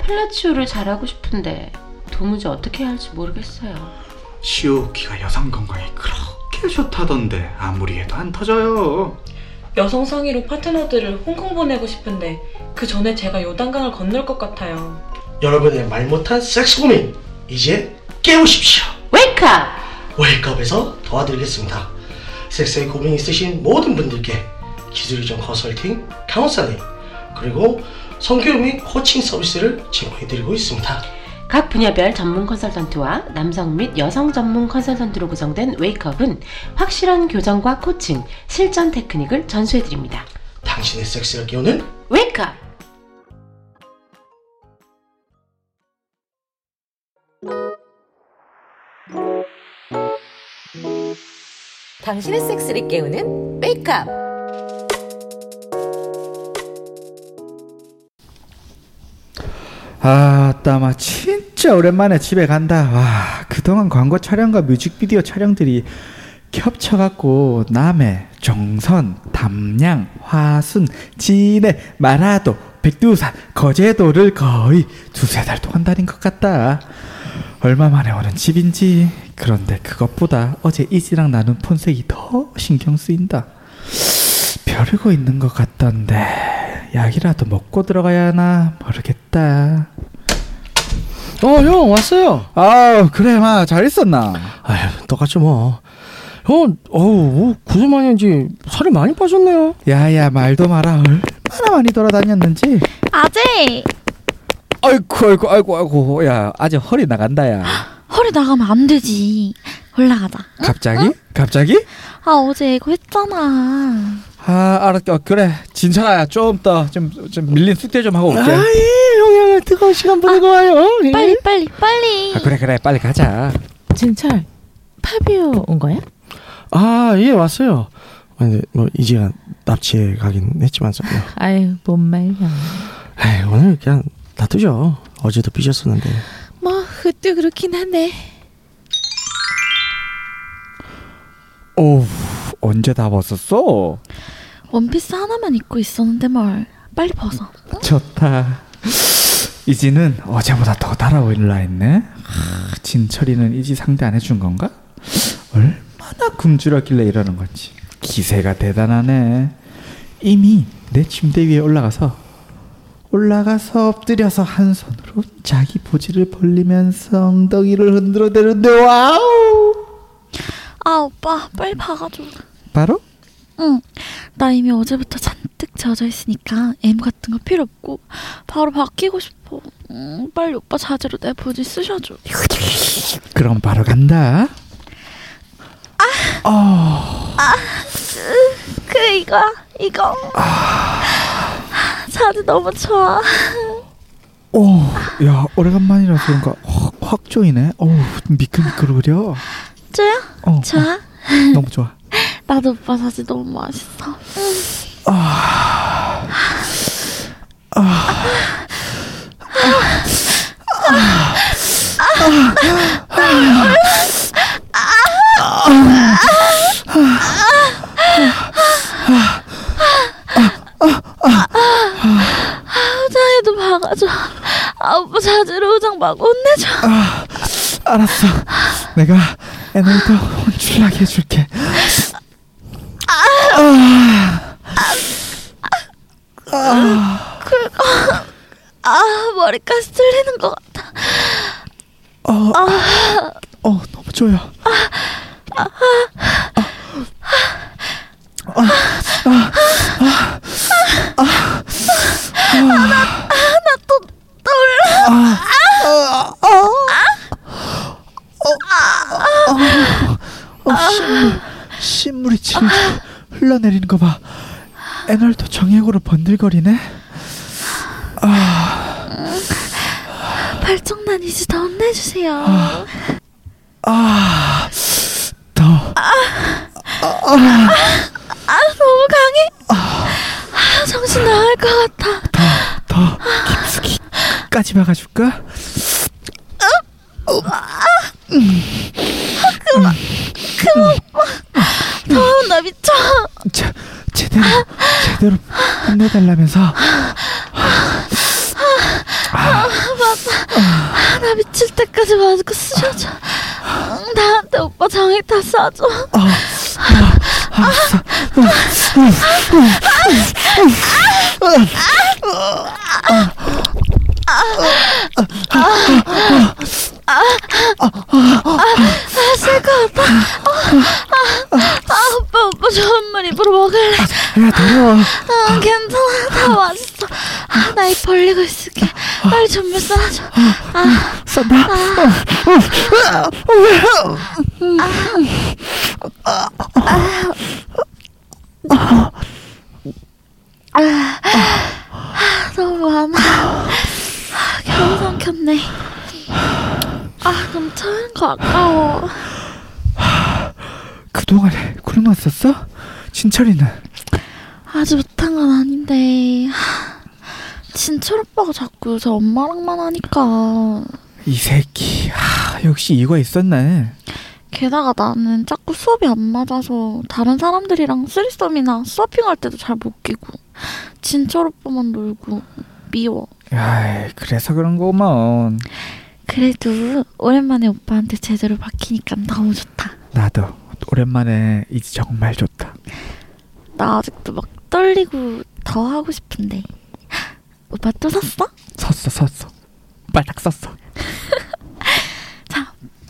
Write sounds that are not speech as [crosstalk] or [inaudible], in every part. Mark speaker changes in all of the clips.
Speaker 1: 팔라치오를 잘하고 싶은데 도무지 어떻게 해야 할지 모르겠어요.
Speaker 2: 시오키가 여성 건강에 그렇게 좋다던데 아무리 해도 안 터져요.
Speaker 3: 여성 상의로 파트너들을 홍콩 보내고 싶은데 그 전에 제가 요단강을 건널 것 같아요.
Speaker 4: 여러분의 말 못한 섹스 고민 이제 깨우십시오.
Speaker 1: 웨이크업!
Speaker 4: 웨이크업에서 도와드리겠습니다. 섹스에 고민 있으신 모든 분들께 기술이전 컨설팅, 카운셀링, 그리고 성교육 및 코칭 서비스를 제공해드리고 있습니다.
Speaker 1: 각 분야별 전문 컨설턴트와 남성 및 여성 전문 컨설턴트로 구성된 웨이크업은 확실한 교정과 코칭, 실전 테크닉을 전수해드립니다.
Speaker 4: 당신의 섹스를 깨우는
Speaker 1: 웨이크업!
Speaker 5: 당신의 섹스를 깨우는 메이크업.
Speaker 6: 아, 따마 진짜 오랜만에 집에 간다. 와, 그동안 광고 촬영과 뮤직비디오 촬영들이 겹쳐갖고 남해, 정선, 담양, 화순, 진해, 마라도, 백두산, 거제도를 거의 두세 달 동안 다닌 것 같다. 얼마 만에 오는 집인지 그런데 그것보다 어제 이지랑 나눈 폰색이 더 신경 쓰인다. 벼르고 있는 것 같던데 약이라도 먹고 들어가야 하나 모르겠다.
Speaker 4: 어 형 왔어요
Speaker 6: 아 그래 마 잘 있었나?
Speaker 4: 아휴 똑같죠 뭐 형, 어우 뭐 고생 많이 한지 살이 많이 빠졌네요
Speaker 6: 야야 말도 마라 얼마나 많이 돌아다녔는지.
Speaker 7: 아재
Speaker 6: 아이고 아이고 아이고 아이고 야 아직 허리 나간다야.
Speaker 7: 허리 나가면 안 되지 올라가자
Speaker 6: 갑자기? 갑자기?
Speaker 7: 아 어제 이거 했잖아
Speaker 6: 아 알았어 그래 진철아야 좀 더 좀 좀 밀린 숙제 좀 하고 올게.
Speaker 4: 형이 형 뜨거운 시간 보내고 와요
Speaker 7: 빨리 빨리 빨리
Speaker 6: 아 그래 그래 빨리 가자.
Speaker 8: 진철 파비오 온 거야?
Speaker 4: 아예 왔어요 아, 근데 뭐 이제가 납치에 가긴 했지만
Speaker 8: 아유 못 말려
Speaker 4: 에이, 오늘 그냥 놔두죠 어제도 삐졌었는데
Speaker 8: 뭐 그것도 그렇긴 한데
Speaker 6: 오우 언제 다 벗었어?
Speaker 7: 원피스 하나만 입고 있었는데 뭘 빨리 벗어
Speaker 6: 좋다. 이지는 어제보다 더 달아올라 했네. 하, 진철이는 이지 상대 안 해준 건가? 얼마나 굶주렸길래 이러는 건지. 기세가 대단하네. 이미 내 침대 위에 올라가서 올라가서 엎드려서 한 손으로 자기 보지를 벌리면서 엉덩이를 흔들어대는데 와우.
Speaker 7: 아 오빠 빨리 봐가줘
Speaker 6: 바로
Speaker 7: 응나 이미 어제부터 잔뜩 젖어 있으니까 M 같은 거 필요 없고 바로 바뀌고 싶어 음, 빨리 오빠 자제로 내 보지 쓰셔줘
Speaker 6: 그럼 바로 간다.
Speaker 7: 그 이거 이거
Speaker 6: 아.
Speaker 7: 아, 자제 너무 좋아 [laughs]
Speaker 6: 오, 야 오래간만이라서 그런가 확, 확 조이네. 어우 미끌미끌거려.
Speaker 7: 쪼야
Speaker 6: 어,
Speaker 7: 좋아
Speaker 6: 어, 너무 좋아.
Speaker 7: 나도 오빠 사진 너무 맛있어. 후장에도 박아줘. 아 오빠 자주로 후장 막 혼내줘.
Speaker 6: 알았어. 내가 애널도 혼쭐나게 해줄게.
Speaker 7: 아 머리까지 뚫리는 것 같아.
Speaker 6: 어 너무 좋아요. 아, 아, 아, 아, 아, 아, 아, 아, 아, 아, 아, 나, 나또 놀라. 아, 아, 아, 어, 어, 어, 신물, 신물이 질질 흘러내리는 거 봐. 애널도 정액으로 번들거리네.
Speaker 7: 발정난 이제 다 혼내주세요.
Speaker 6: 아, 더.
Speaker 7: 아 너무 강해. 아 정신 나갈 것 같아.
Speaker 6: 더 깊숙이까지 막아줄까?
Speaker 7: 더나 미쳐.
Speaker 6: 자, 제대로
Speaker 9: 어,
Speaker 6: 제대로 혼내달라면서. 아,
Speaker 7: 나 미칠 때까지 마스크 쓰셔줘. 응, 나한테 오빠 장이 다 싸줘.
Speaker 9: 어,
Speaker 7: 아, 쓸거 같아. 어, 아, 아, 아, 오빠, 오빠 저 한말 입으로 먹을래.
Speaker 9: 야 더러워
Speaker 7: 아, 괜찮아. 다 맛있어. 아, 나 입 벌리고 있을게. 빨리 전부 싸줘. 아,
Speaker 9: 쏜다
Speaker 7: 아. 아. 너무 많아. 아, 겨우 삼켰네. 아, 너무 차는 거 아까워.
Speaker 9: 그동안에 굶었었어 진철이는
Speaker 7: 아주 못한 건 아닌데. 하, 진철 오빠가 자꾸 저 엄마랑만 하니까.
Speaker 9: 이 새끼 아, 역시 이거 있었네
Speaker 7: 게다가 나는 자꾸 수업이 안 맞아서 다른 사람들이랑 쓰리썸이나 서핑할 때도 잘 못 끼고 진철 오빠만 놀고 미워.
Speaker 9: 야 그래서 그런 거구먼
Speaker 7: 그래도 오랜만에 오빠한테 제대로 박히니까 너무 좋다.
Speaker 9: 나도 오랜만에 이제 정말 좋다
Speaker 7: 나 아직도 막 떨리고 더 하고 싶은데. 오빠 또 샀어?
Speaker 9: 섰어 섰어 빨딱 섰어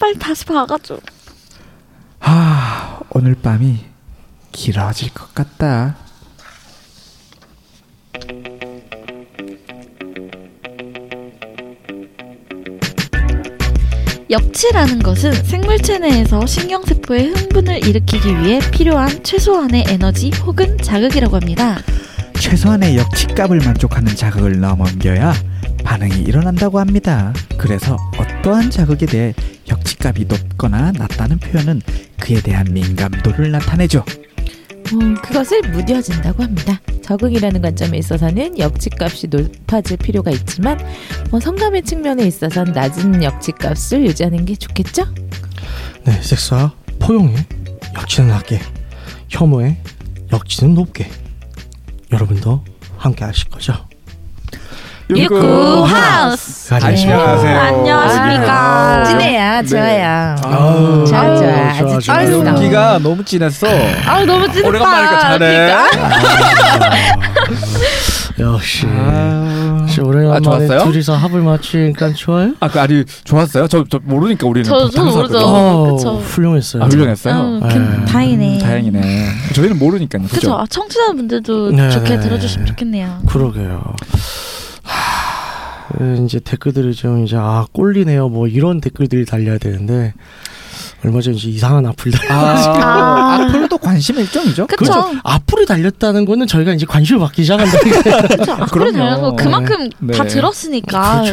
Speaker 7: 빨리 다시 봐가줘.
Speaker 9: 아 오늘 밤이 길어질 것 같다
Speaker 7: 역치라는 것은 생물체 내에서 신경세포의 흥분을 일으키기 위해 필요한 최소한의 에너지 혹은 자극이라고 합니다.
Speaker 9: 최소한의 역치값을 만족하는 자극을 넘겨야 반응이 일어난다고 합니다. 그래서 어떠한 자극에 대해 역치값이 높거나 낮다는 표현은 그에 대한 민감도를 나타내죠.
Speaker 8: 음, 그것을 무뎌진다고 합니다. 적응이라는 관점에 있어서는 역치값이 높아질 필요가 있지만 뭐 성감의 측면에 있어서는 낮은 역치값을 유지하는 게 좋겠죠?
Speaker 4: 네, 섹스와 포용에 역치는 낮게, 혐오에 역치는 높게. 여러분도 함께 하실 거죠?
Speaker 7: 유쿠 하우스.
Speaker 10: 안녕하세요.
Speaker 7: 안녕하십니까.
Speaker 8: 진해야, 좋아야.
Speaker 6: 어, 아,
Speaker 8: 좋아, 좋아. 아주
Speaker 6: 좋아.
Speaker 8: 좋았어.
Speaker 6: 연기가 너무 진했어.
Speaker 8: 아, 너무 찐다.
Speaker 6: 오래간만이니까 잘해.
Speaker 7: 그러니까.
Speaker 4: 역시.
Speaker 6: 아,
Speaker 4: 역시
Speaker 6: 아,
Speaker 4: 오랜만에
Speaker 6: 좋았어요?
Speaker 4: 둘이서 합을 맞추니까 좋아요?
Speaker 6: 아, 그 아니 좋았어요. 저, 저 모르니까 우리는
Speaker 7: 저- 저는
Speaker 6: 당사고요.
Speaker 7: 모르죠. 음.
Speaker 6: 어,
Speaker 4: 어,
Speaker 7: 그쵸.
Speaker 4: 훌륭했어요.
Speaker 6: 아, 훌륭했어요. 음,
Speaker 4: 아,
Speaker 7: 그, 다행이네.
Speaker 6: 다행이네. 저희는 모르니까요.
Speaker 7: 그쵸.
Speaker 6: 그죠?
Speaker 7: 아, 청취자분들도
Speaker 4: 네.
Speaker 7: 좋게 들어주시면 좋겠네요.
Speaker 4: 그러게요. 하, 그 이제 댓글들이 좀 이제 아 꼴리네요. 뭐 이런 댓글들이 달려야 되는데 얼마 전에 이제 이상한 악플 달.
Speaker 6: 아,
Speaker 7: 아.
Speaker 9: 앞으로도 관심 일정이죠.
Speaker 4: [laughs]
Speaker 7: 그쵸.
Speaker 4: 그렇죠. 악플이 달렸다는 거는 저희가 이제 관심을 받기 시작한다.
Speaker 8: [laughs]
Speaker 4: 네,
Speaker 7: 그쵸.
Speaker 6: 그럼요.
Speaker 7: 악플을 달라고 그만큼
Speaker 6: 네.
Speaker 7: 다 들었으니까. 네.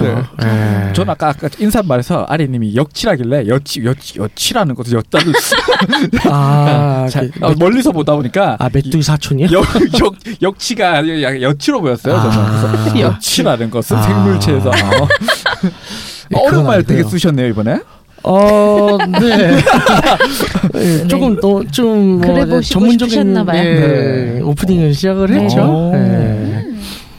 Speaker 4: 예.
Speaker 6: 전 아까, 아까 인사말에서 아리님이 역치라길래 여치 여치 여치라는 것도 엿다를
Speaker 4: [laughs] 아,
Speaker 6: 자,
Speaker 4: 그,
Speaker 6: 아, 멀리서 보다 보니까
Speaker 4: 아 메뚜기 사촌이요?
Speaker 6: 역, 역, 역치가 아니라 약간 여치로 보였어요. 저는.
Speaker 4: 아.
Speaker 6: 그래서 [laughs] 역치라는 것은
Speaker 4: 아.
Speaker 6: 생물체에서 어.
Speaker 4: 예,
Speaker 6: 어려운
Speaker 4: 그건
Speaker 6: 말 되게
Speaker 4: 아니고요.
Speaker 6: 쓰셨네요 이번에.
Speaker 4: 어,
Speaker 6: [laughs]
Speaker 4: 네. 예, 조금 또좀
Speaker 8: 네.
Speaker 4: 뭐
Speaker 8: 그래 보시고 싶으셨나 봐요.
Speaker 4: 예, 오프닝을 시작을
Speaker 6: 네.
Speaker 4: 했죠.
Speaker 6: 오.
Speaker 4: 예.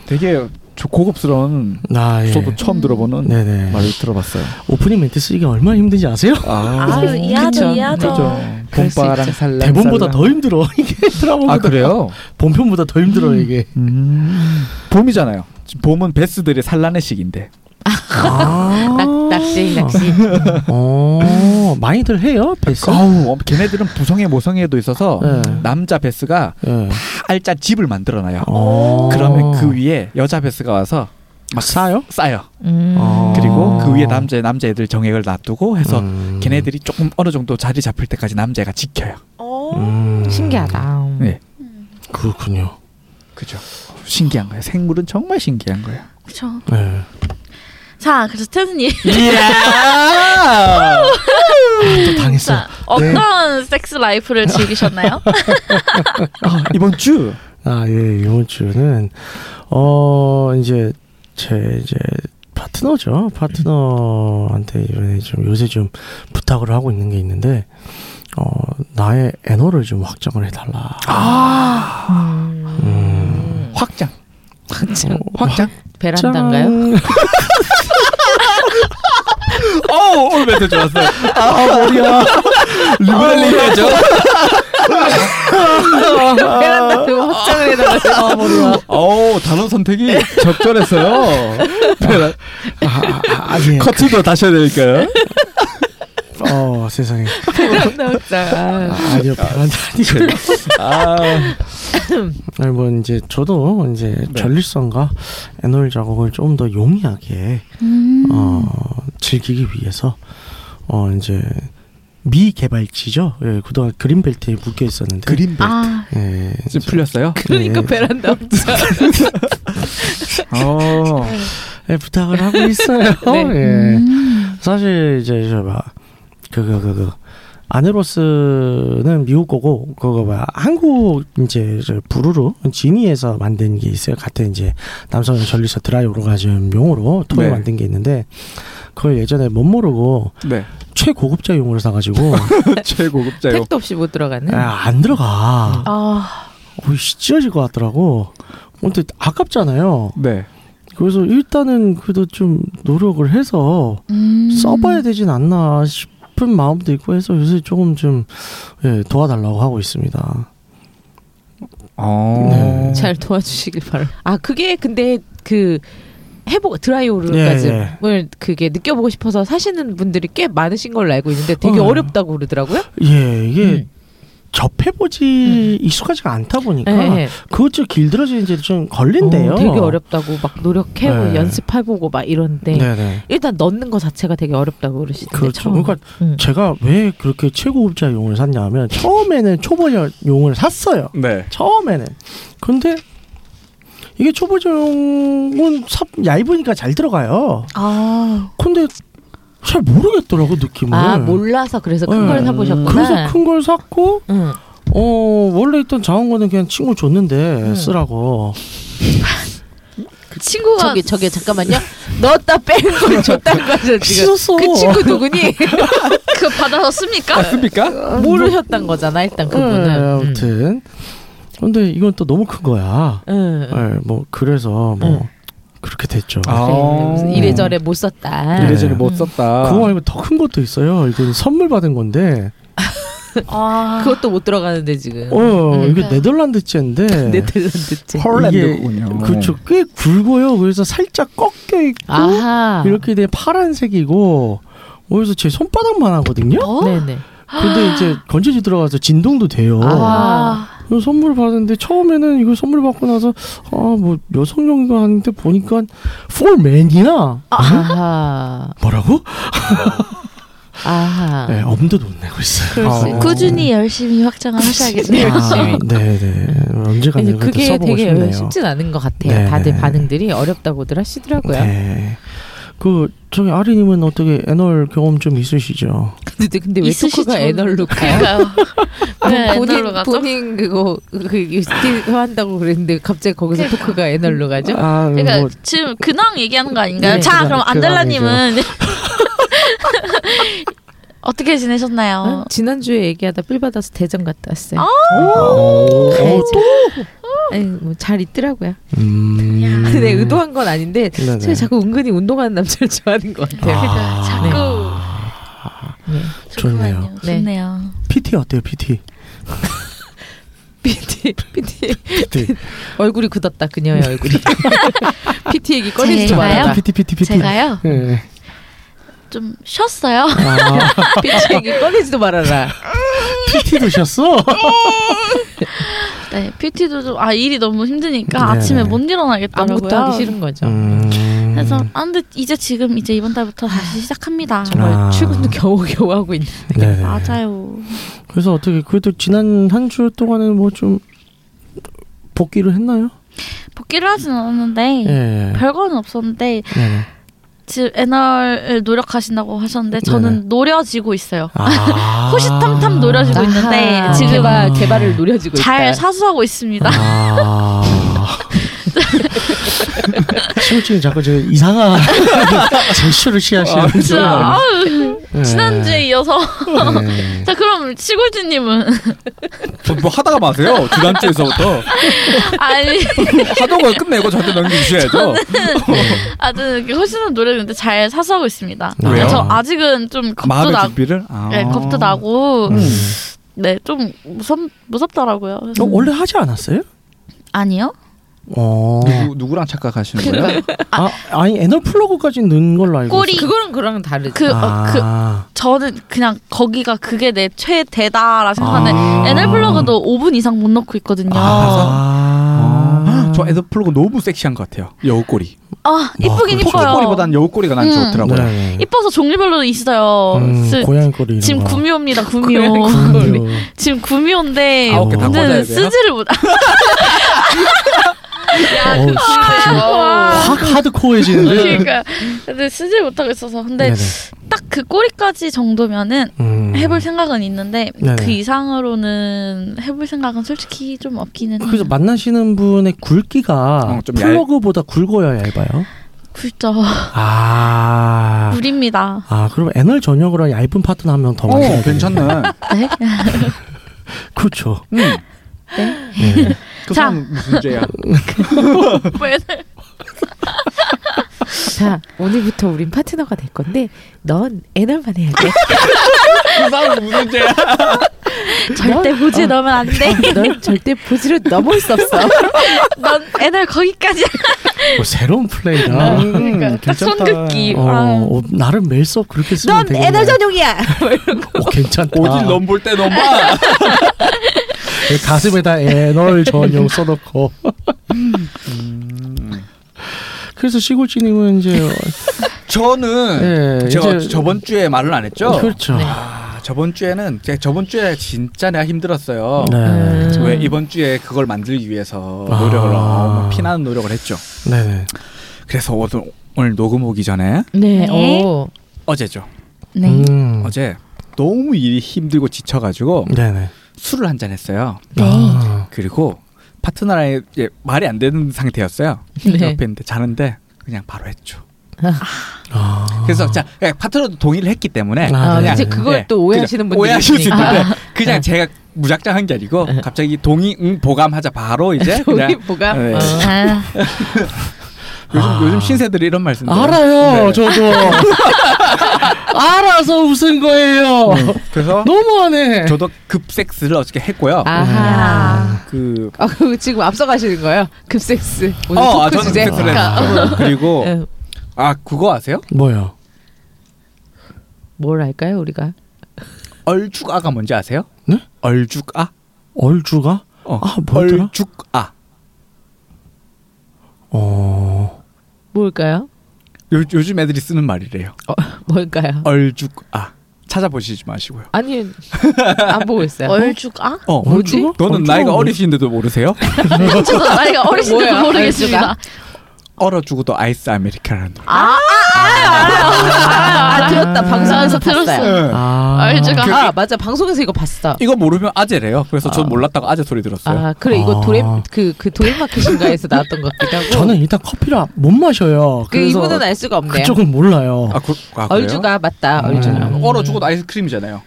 Speaker 6: 되게 저 고급스러운
Speaker 4: 나 예.
Speaker 6: 저도 처음 들어보는
Speaker 4: 네네.
Speaker 6: 말을 들어봤어요.
Speaker 4: 오프닝 멘트 쓰기가 얼마나 힘든지 아세요?
Speaker 6: 아,
Speaker 7: 아유, 이해하죠,
Speaker 8: 그쵸.
Speaker 7: 이해하죠.
Speaker 6: 그죠.
Speaker 8: 그럴 수
Speaker 6: 봄바람
Speaker 8: 있죠.
Speaker 6: 살랑
Speaker 4: 대본보다
Speaker 6: 살랑.
Speaker 4: 더 힘들어 [laughs] 이게 드라마보다
Speaker 6: 네. 아 그래요?
Speaker 4: 본편보다 더 힘들어 이게
Speaker 6: 음, 봄이잖아요. 지금 봄은 베스들의 산란의 시기인데.
Speaker 8: [laughs] 낙- 낚시, 낚시.
Speaker 4: 아. 어 많이들 해요 베스
Speaker 6: 아우, 어, 걔네들은 부성애 모성애도 있어서
Speaker 4: 네.
Speaker 6: 남자 베스가
Speaker 4: 예.
Speaker 6: 알짜 집을 만들어놔요.
Speaker 4: 어.
Speaker 6: 그러면 그 위에 여자 베스가 와서
Speaker 4: 아,
Speaker 6: 막 싸요? 싸요.
Speaker 8: 음.
Speaker 4: 어.
Speaker 6: 그리고 그 위에 남자 남자애들 정액을 놔두고 해서
Speaker 4: 음.
Speaker 6: 걔네들이 조금 어느 정도 자리 잡힐 때까지 남자애가 지켜요.
Speaker 4: 음.
Speaker 8: 신기하다.
Speaker 6: 네,
Speaker 4: 그렇군요
Speaker 6: 그죠. 신기한 거예요. 생물은 정말 신기한 거예요.
Speaker 7: 그쵸.
Speaker 4: 예.
Speaker 7: 자, 그래서 태순이
Speaker 6: 이야!
Speaker 4: 아! 또
Speaker 6: 네.
Speaker 4: 당했어
Speaker 7: 자, [laughs] 어떤 섹스 라이프를 즐기셨나요?
Speaker 6: 아, 이번 주
Speaker 4: 아예 이번 주는 어 이제 제 이제 파트너죠 파트너한테 이번에 좀 요새 좀 부탁을 하고 있는 게 있는데 어 나의 애너를 좀 확장을 해달라
Speaker 6: 아,
Speaker 4: 음. 어,
Speaker 6: 확장.
Speaker 8: 확장.
Speaker 6: 확장.
Speaker 4: 예.
Speaker 8: 베란다인가요?
Speaker 4: 짠.
Speaker 6: 어우 오늘 멘트 좋았어요.
Speaker 2: 아 머리야.
Speaker 6: 리벨링해줘.
Speaker 8: 베란다에 확장을 해달라고.
Speaker 6: 어우 단어 선택이 적절했어요. 베란-
Speaker 2: 아, 아, 아니.
Speaker 6: 커트도 다시 해야 되니까요.
Speaker 2: 어 세상에.
Speaker 8: 베란다 확장.
Speaker 2: 아, 아니요 베란다 아니고.
Speaker 6: 아
Speaker 4: 아니 뭐 이제 저도 이제 전립선과 애놀 자궁을 좀 더 용이하게
Speaker 7: 음.
Speaker 4: 어, 즐기기 위해서 어 이제 미개발지죠. 예, 그동안 그린벨트에 묶여 있었는데
Speaker 2: 그린벨트.
Speaker 7: 아,
Speaker 4: 예, 이제
Speaker 6: 지금 풀렸어요.
Speaker 8: 그러니까
Speaker 4: 네.
Speaker 8: 베란다 확장.
Speaker 6: 어
Speaker 4: 예, 부탁을 하고 있어요. 예. 사실 이제 저막그그그 아네로스는 미국 거고 그거 봐 한국 이제 저 부르르 지니에서 만든 게 있어요. 같은 이제 남성 전리서 드라이 오르가즘용으로 토에
Speaker 6: 네.
Speaker 4: 만든 게 있는데 그걸 예전에 못 모르고
Speaker 6: 네.
Speaker 4: 최고급자용으로 사가지고
Speaker 6: 최고급자요.
Speaker 8: 택도 없이 못 들어가는.
Speaker 4: 아, 안 들어가.
Speaker 8: 아,
Speaker 4: 오이씨 찢어질 것 같더라고. 근데 아깝잖아요.
Speaker 6: 네.
Speaker 4: 그래서 일단은 그래도 좀 노력을 해서
Speaker 7: 음.
Speaker 4: 써봐야 되진 않나 싶은 마음도 있고 해서 요새 조금 좀 예, 도와달라고 하고 있습니다.
Speaker 6: 어.
Speaker 8: 잘 도와주시길 바라. 아, 그게 근데 그 해보
Speaker 6: 예,
Speaker 8: 드라이오르가즘을 그게 느껴보고 싶어서 사시는 분들이 꽤 많으신 걸로 알고 있는데 되게
Speaker 4: 어.
Speaker 8: 어. 렵다고 그러더라고요.
Speaker 4: 예, 이게
Speaker 8: 음.
Speaker 4: 접해보지 익숙하지가 않다 보니까
Speaker 6: 그러니까.
Speaker 8: 네.
Speaker 6: 어.
Speaker 4: 그것도 길들어지는 이제 좀 걸린대요.
Speaker 8: 어, 되게 어렵다고 막 노력해보고
Speaker 4: 네.
Speaker 8: 연습해보고 막 이런데
Speaker 4: 네네.
Speaker 8: 일단 넣는 거 자체가 되게 어렵다고 그러시던데
Speaker 4: 그렇죠.
Speaker 8: 처음.
Speaker 4: 그러니까
Speaker 8: 음.
Speaker 4: 제가 왜 그렇게 최고급자 용을 샀냐면 처음에는 초보자용을 샀어요.
Speaker 6: 네.
Speaker 4: 처음에는. 근데 이게 초보자용은 삽 얇으니까 잘 들어가요.
Speaker 7: 아,
Speaker 4: 근데 잘 모르겠더라고 느낌을.
Speaker 8: 아 몰라서 그래서 큰
Speaker 4: 네.
Speaker 8: 걸 사보셨구나.
Speaker 4: 그래서 큰 걸 샀고
Speaker 8: 응.
Speaker 4: 어 원래 있던 자원거는 그냥 친구 줬는데
Speaker 8: 음.
Speaker 4: 쓰라고. 그
Speaker 7: 친구가
Speaker 8: 저기 저기 잠깐만요. [laughs] 넣었다 뺀
Speaker 4: 그렇죠.
Speaker 8: 걸 줬다는 거죠 지금.
Speaker 4: 씻었어.
Speaker 8: 그
Speaker 4: [laughs]
Speaker 8: 친구 누구니? 음.
Speaker 7: 그 받아서 씁니까?
Speaker 6: 맞습니까?
Speaker 8: 모르셨단 거잖아 일단
Speaker 4: 네,
Speaker 8: 그분은. 음.
Speaker 4: 아무튼. 근데 이건 또 너무 큰 거야.
Speaker 8: 응. 응.
Speaker 4: 네, 뭐 그래서 뭐
Speaker 8: 음.
Speaker 4: 그렇게 됐죠.
Speaker 6: 아.
Speaker 8: 그래, 무슨 이래저래 못
Speaker 4: 아.
Speaker 8: 썼다.
Speaker 6: 이래저래 못
Speaker 8: 음.
Speaker 6: 썼다.
Speaker 4: 네. 그거 말고 더 큰 것도 있어요. 이건 선물 받은 건데.
Speaker 7: 아,
Speaker 8: 그것도 못 들어가는데 지금.
Speaker 4: 어,
Speaker 8: 음.
Speaker 4: 이게 [laughs] 네덜란드 네. 째인데.
Speaker 8: 네덜란드지.
Speaker 6: 폴란드군요.
Speaker 4: 그쵸. 꽤 굵어요. 그래서 살짝 꺾여 있고
Speaker 8: 아하.
Speaker 4: 이렇게 돼 파란색이고. 어, 그래서 제 손바닥만 하거든요.
Speaker 8: 네네.
Speaker 4: 어? 근데 이제 건전지 들어가서 진동도 돼요.
Speaker 8: 아.
Speaker 4: 그래서 선물 받았는데 처음에는 이거 선물 받고 나서 아 뭐 여성용인가 하는데 보니까 폴맨이야.
Speaker 8: 아. 아하.
Speaker 4: 뭐라고?
Speaker 8: 아하.
Speaker 4: 네, 엄두도 못 내고 있어요.
Speaker 8: 그럴 수
Speaker 6: 아.
Speaker 8: 있-
Speaker 7: 꾸준히 열심히 확장을 하셔야겠네요.
Speaker 4: 아, 네네. 언제가
Speaker 8: 근데
Speaker 4: 내가 이렇게
Speaker 8: 그게
Speaker 4: 써보고
Speaker 8: 되게
Speaker 4: 싶네요.
Speaker 8: 쉽진 않은 것 같아요.
Speaker 4: 네네.
Speaker 8: 다들 반응들이 어렵다고들 하시더라고요.
Speaker 4: 네. 그 저기 아리님은 어떻게 애널 경험 좀 있으시죠?
Speaker 8: 근데 근데 왜
Speaker 7: 있으시죠?
Speaker 8: 토크가 애널로가요?
Speaker 7: 그러니까요. 네,
Speaker 8: 본인
Speaker 7: 애널로 가죠?
Speaker 8: 본인 그거 그 스티브 한다고 그랬는데 갑자기
Speaker 7: 네.
Speaker 8: 거기서 토크가 애널로 가죠?
Speaker 4: 아,
Speaker 7: 그러니까
Speaker 4: 뭐,
Speaker 7: 지금 근황 얘기하는 거 아닌가요?
Speaker 8: 네,
Speaker 7: 자,
Speaker 4: 근황,
Speaker 7: 그럼 안달라님은 [laughs] 어떻게 지내셨나요?
Speaker 8: 어, 지난주에 얘기하다 필 받아서 대전 갔다
Speaker 4: 네?
Speaker 8: 왔어요.
Speaker 4: 오,
Speaker 8: 가야죠.
Speaker 4: 어, 또?
Speaker 8: 아니, 뭐잘 있더라고요.
Speaker 4: 음.
Speaker 8: 근데 의도한 건 아닌데
Speaker 4: 네네.
Speaker 8: 제가 자꾸 은근히 운동하는 남자를 좋아하는 것 같아요. [laughs]
Speaker 4: 아,
Speaker 8: 네.
Speaker 4: 좋네요.
Speaker 7: 좋네요. 좋네요.
Speaker 4: PT 어때요, PT?
Speaker 8: PT PT
Speaker 4: PT.
Speaker 8: 얼굴이 굳었다 그녀의 얼굴이. [laughs] PT 얘기 꺼내지
Speaker 7: 제가요?
Speaker 8: 말아라.
Speaker 4: PT, PT, PT.
Speaker 7: 제가요
Speaker 4: 예.
Speaker 7: 좀 쉬었어요. [laughs]
Speaker 4: 아,
Speaker 8: PT 얘기 꺼내지도 말아라.
Speaker 4: PT 드셨어?
Speaker 7: 네, PT도 좀 아 일이 너무 힘드니까
Speaker 4: 네네.
Speaker 7: 아침에 못 일어나겠더라고요.
Speaker 8: 아무것도 하기 싫은 거죠.
Speaker 4: [laughs] 음.
Speaker 7: 그래서 아 근데 이제 지금 이제 이번 달부터 다시 시작합니다.
Speaker 8: 정말
Speaker 4: 아.
Speaker 8: 어, 출근도 겨우겨우 하고 있는.
Speaker 4: 네네.
Speaker 7: 맞아요.
Speaker 4: 그래서 어떻게 그래도 지난 한 주 동안은 뭐 좀 복귀를 했나요?
Speaker 7: 복귀를 하진 않았는데
Speaker 4: 예.
Speaker 7: 네. 별거는 없었는데
Speaker 4: 네네.
Speaker 7: 지금 애널을 노력하신다고 하셨는데 저는
Speaker 4: 네네.
Speaker 7: 노려지고 있어요.
Speaker 4: 아.
Speaker 7: [laughs] 호시탐탐 노려지고 있는데
Speaker 8: 아하.
Speaker 7: 지금
Speaker 8: 개발, 개발을 노려지고
Speaker 7: 잘
Speaker 8: 있다.
Speaker 7: 사수하고 있습니다. [laughs]
Speaker 4: 아. 시골집이 자꾸 저 이상한 제스처를
Speaker 6: 아,
Speaker 4: 취하시는
Speaker 7: 진짜
Speaker 4: 거.
Speaker 7: 아유,
Speaker 4: 네.
Speaker 7: 지난주에 이어서 [laughs] 자 그럼 시골지님은 [laughs]
Speaker 6: 뭐 하다가 마세요. 지난주에서부터
Speaker 7: 아니
Speaker 6: 하던 걸 끝내고 저한테 넘기셔야죠.
Speaker 7: 아 저는 이렇게 훨씬은 노래를 근데 잘 사수하고 있습니다.
Speaker 6: 아, 왜요?
Speaker 7: 저 아직은 좀 겁도
Speaker 6: 마음의
Speaker 7: 나고
Speaker 6: 준비를. 아. 음.
Speaker 7: 네, 겁도 나고 네 좀 무섭 무섭더라고요. 그래서-
Speaker 4: 어, 원래 하지 않았어요?
Speaker 7: 아니요.
Speaker 4: 어.
Speaker 6: 누구, 누구랑 착각하시는 거예요?
Speaker 4: 아, 아니 애널플러그까지 넣은 걸로 알고
Speaker 7: 꼬리.
Speaker 4: 있어요.
Speaker 8: 그거랑 그랑 다르죠.
Speaker 7: 그, 어, 그
Speaker 4: 아.
Speaker 7: 저는 그냥 거기가 그게 내 최대다라
Speaker 4: 아.
Speaker 7: 생각하는데 NL플러그도 5분 이상 못 넣고 있거든요. 아,
Speaker 4: 아.
Speaker 6: 아. 저 애드플로그 너무 섹시한 것 같아요. 여우꼬리.
Speaker 7: 아, 이쁘긴
Speaker 4: 그렇죠.
Speaker 7: 이뻐요.
Speaker 6: 꼬리보단 여우꼬리가 난
Speaker 7: 음.
Speaker 6: 좋더라고요.
Speaker 4: 네.
Speaker 7: 이뻐서 종류별로 있어요.
Speaker 4: 음,
Speaker 7: 쓰-
Speaker 4: 고양이 꼬리 이런
Speaker 7: 지금
Speaker 4: 거.
Speaker 7: 구미호입니다. 구미호.
Speaker 4: 구미호.
Speaker 7: [laughs] 지금 구미호인데
Speaker 6: 아홉 개다 꽂아야
Speaker 7: 오늘
Speaker 6: 돼요?
Speaker 7: 쓰지를 못. 그
Speaker 4: 어우,
Speaker 7: 아, [laughs]
Speaker 6: 아,
Speaker 4: 확
Speaker 6: 네.
Speaker 4: 하드코어해지는데.
Speaker 7: 그러니까 근데 쓰질 못하고 있어서 근데
Speaker 4: 네네.
Speaker 7: 딱 그 꼬리까지 정도면은
Speaker 4: 음.
Speaker 7: 해볼 생각은 있는데
Speaker 4: 네네.
Speaker 7: 그 이상으로는 해볼 생각은 솔직히 좀 없기는
Speaker 4: 그래서
Speaker 7: 해요.
Speaker 4: 만나시는 분의 굵기가
Speaker 6: 어, 좀 얇-
Speaker 4: 플러그보다 굵어야 얇아요.
Speaker 7: 굵죠. [laughs]
Speaker 4: 아.
Speaker 7: 무리입니다.
Speaker 4: 아, 그럼 애널 전역으로 얇은 파트너 한 명더
Speaker 6: 어,
Speaker 4: 만나야
Speaker 6: 괜찮네.
Speaker 7: 네?
Speaker 4: 그렇죠.
Speaker 6: 음.
Speaker 4: 네.
Speaker 6: 그
Speaker 7: 자. 음,
Speaker 6: 사람 무슨 죄야?
Speaker 7: 왜?
Speaker 8: 자, 오늘부터 우린 파트너가 될 건데 넌 애널만 해야 돼.
Speaker 6: [laughs] 그 사람 무슨 죄야?
Speaker 7: 절대
Speaker 8: 넌-
Speaker 7: 보지
Speaker 8: 어,
Speaker 7: 넣으면 안 돼.
Speaker 8: 넌 절대 보지로 넘어올 수 없어.
Speaker 7: 넌 애널 거기까지.
Speaker 4: 뭐 새로운 플레이다.
Speaker 6: 아,
Speaker 7: 그러니까 딱 손긋기.
Speaker 4: 어,
Speaker 7: 아.
Speaker 4: 어, 나름 멜수업 그렇게 쓰면
Speaker 8: 넌
Speaker 4: 되겠네.
Speaker 8: 애널 전용이야. [laughs]
Speaker 4: 어, 괜찮다.
Speaker 6: 오질 넘볼 때 넘봐.
Speaker 4: 가슴에다 애널 전용 써놓고. 음. 그래서 시골지님은 이제 어,
Speaker 6: 저는
Speaker 4: 예,
Speaker 6: 제가
Speaker 4: 이제-
Speaker 6: 저번 주에 말을 안 했죠.
Speaker 4: 그렇죠.
Speaker 6: 아, 저번 주에는 제가 저번 주에 진짜 내가 힘들었어요.
Speaker 4: 네.
Speaker 6: 왜 이번 주에 그걸 만들기 위해서
Speaker 4: 아.
Speaker 6: 노력을 어, 피나는 노력을 했죠.
Speaker 4: 네네.
Speaker 8: 음.
Speaker 6: 그래서 오늘, 오늘 녹음 오기 전에
Speaker 8: 네.
Speaker 7: [laughs] 네.
Speaker 8: 어.
Speaker 6: 어제죠.
Speaker 7: 네.
Speaker 4: 음.
Speaker 6: 어제 너무 일이 힘들고 지쳐가지고
Speaker 4: 네네.
Speaker 6: 술을 한 잔 했어요.
Speaker 7: 네.
Speaker 4: 아.
Speaker 6: 그리고 파트너랑 이제 말이 안 되는 상태였어요.
Speaker 8: 네.
Speaker 6: 옆에 있는데 자는데 그냥 바로 했죠.
Speaker 4: 아.
Speaker 6: 그래서 자 예, 파트너도 동의를 했기 때문에
Speaker 4: 아,
Speaker 8: 아,
Speaker 4: 네.
Speaker 8: 이제 그걸
Speaker 6: 예,
Speaker 8: 또
Speaker 6: 그냥
Speaker 8: 오해하시는 분들이
Speaker 6: 오해하실 수
Speaker 8: 있으니까.
Speaker 6: 있는데 그냥 제가 무작정 한 게 아니고 갑자기 동의 응 보감하자 바로 이제
Speaker 8: [laughs] 동의
Speaker 6: 그냥
Speaker 8: 보감?
Speaker 6: 예.
Speaker 8: 어.
Speaker 7: 아,
Speaker 6: 요즘
Speaker 4: 아.
Speaker 6: 요즘 신세들이 네, 이런 말씀
Speaker 4: 알아요, [laughs] 저도. 알아서 웃은
Speaker 8: 어.
Speaker 4: 거예요.
Speaker 6: 음. 그래서
Speaker 4: 너무하네.
Speaker 6: 저도 급섹스를 어떻게 했고요.
Speaker 8: 아. 아하.
Speaker 6: 그
Speaker 8: 아, 그럼 지금 앞서가시는 거예요? 급섹스. 오늘
Speaker 6: 어, 아,
Speaker 8: 토크
Speaker 6: 저는
Speaker 8: 주제.
Speaker 6: 급섹스를 했어요.
Speaker 8: [laughs]
Speaker 6: 그리고
Speaker 8: 어,
Speaker 6: 아 그거 아세요?
Speaker 4: 뭐요?
Speaker 8: 뭘 할까요, 우리가?
Speaker 6: 얼죽아가 뭔지 아세요?
Speaker 4: 네?
Speaker 6: 얼죽아?
Speaker 4: 얼주가?
Speaker 6: 어.
Speaker 4: 아, 뭐더라?
Speaker 6: 얼죽아.
Speaker 4: 어.
Speaker 8: 뭘까요?
Speaker 6: 요, 요즘 애들이 쓰는 말이래요.
Speaker 8: 어, 뭘까요?
Speaker 6: 얼죽아. 찾아보시지 마시고요.
Speaker 8: 아니, 안 보고 있어요.
Speaker 7: 얼죽아?
Speaker 6: 어,
Speaker 8: 뭐지?
Speaker 6: 얼죽아? 너는
Speaker 4: 얼죽아
Speaker 6: 나이가
Speaker 4: 뭐지?
Speaker 6: 어리신데도 모르세요?
Speaker 7: 저도 나이가 어리신지도
Speaker 8: 뭐? 뭐야,
Speaker 7: 모르겠습니다.
Speaker 6: 얼어 죽어도 아이스 아메리카노.
Speaker 8: 아, 아, 들었다. 방송에서 봤어요.
Speaker 6: 예.
Speaker 4: 아.
Speaker 7: 얼죽아.
Speaker 8: 아, 맞아. 방송에서 이거 봤어.
Speaker 6: 이거 모르면 아재래요. 그래서 전
Speaker 8: 아.
Speaker 6: 몰랐다가 아재 소리 들었어요.
Speaker 8: 아, 그래. 이거
Speaker 4: 아.
Speaker 8: 도레, 그, 그 도레마켓인가에서 나왔던 것 같기도 하고.
Speaker 4: 저는 일단 커피를 못 마셔요.
Speaker 8: 그
Speaker 4: 그래서
Speaker 8: 이분은 알 수가 없네요.
Speaker 4: 그쪽은 몰라요.
Speaker 6: 아, 그, 아 그래요?
Speaker 8: 얼주가 맞다. 얼주가.
Speaker 6: 음. 얼어 죽어도 아이스크림이잖아요.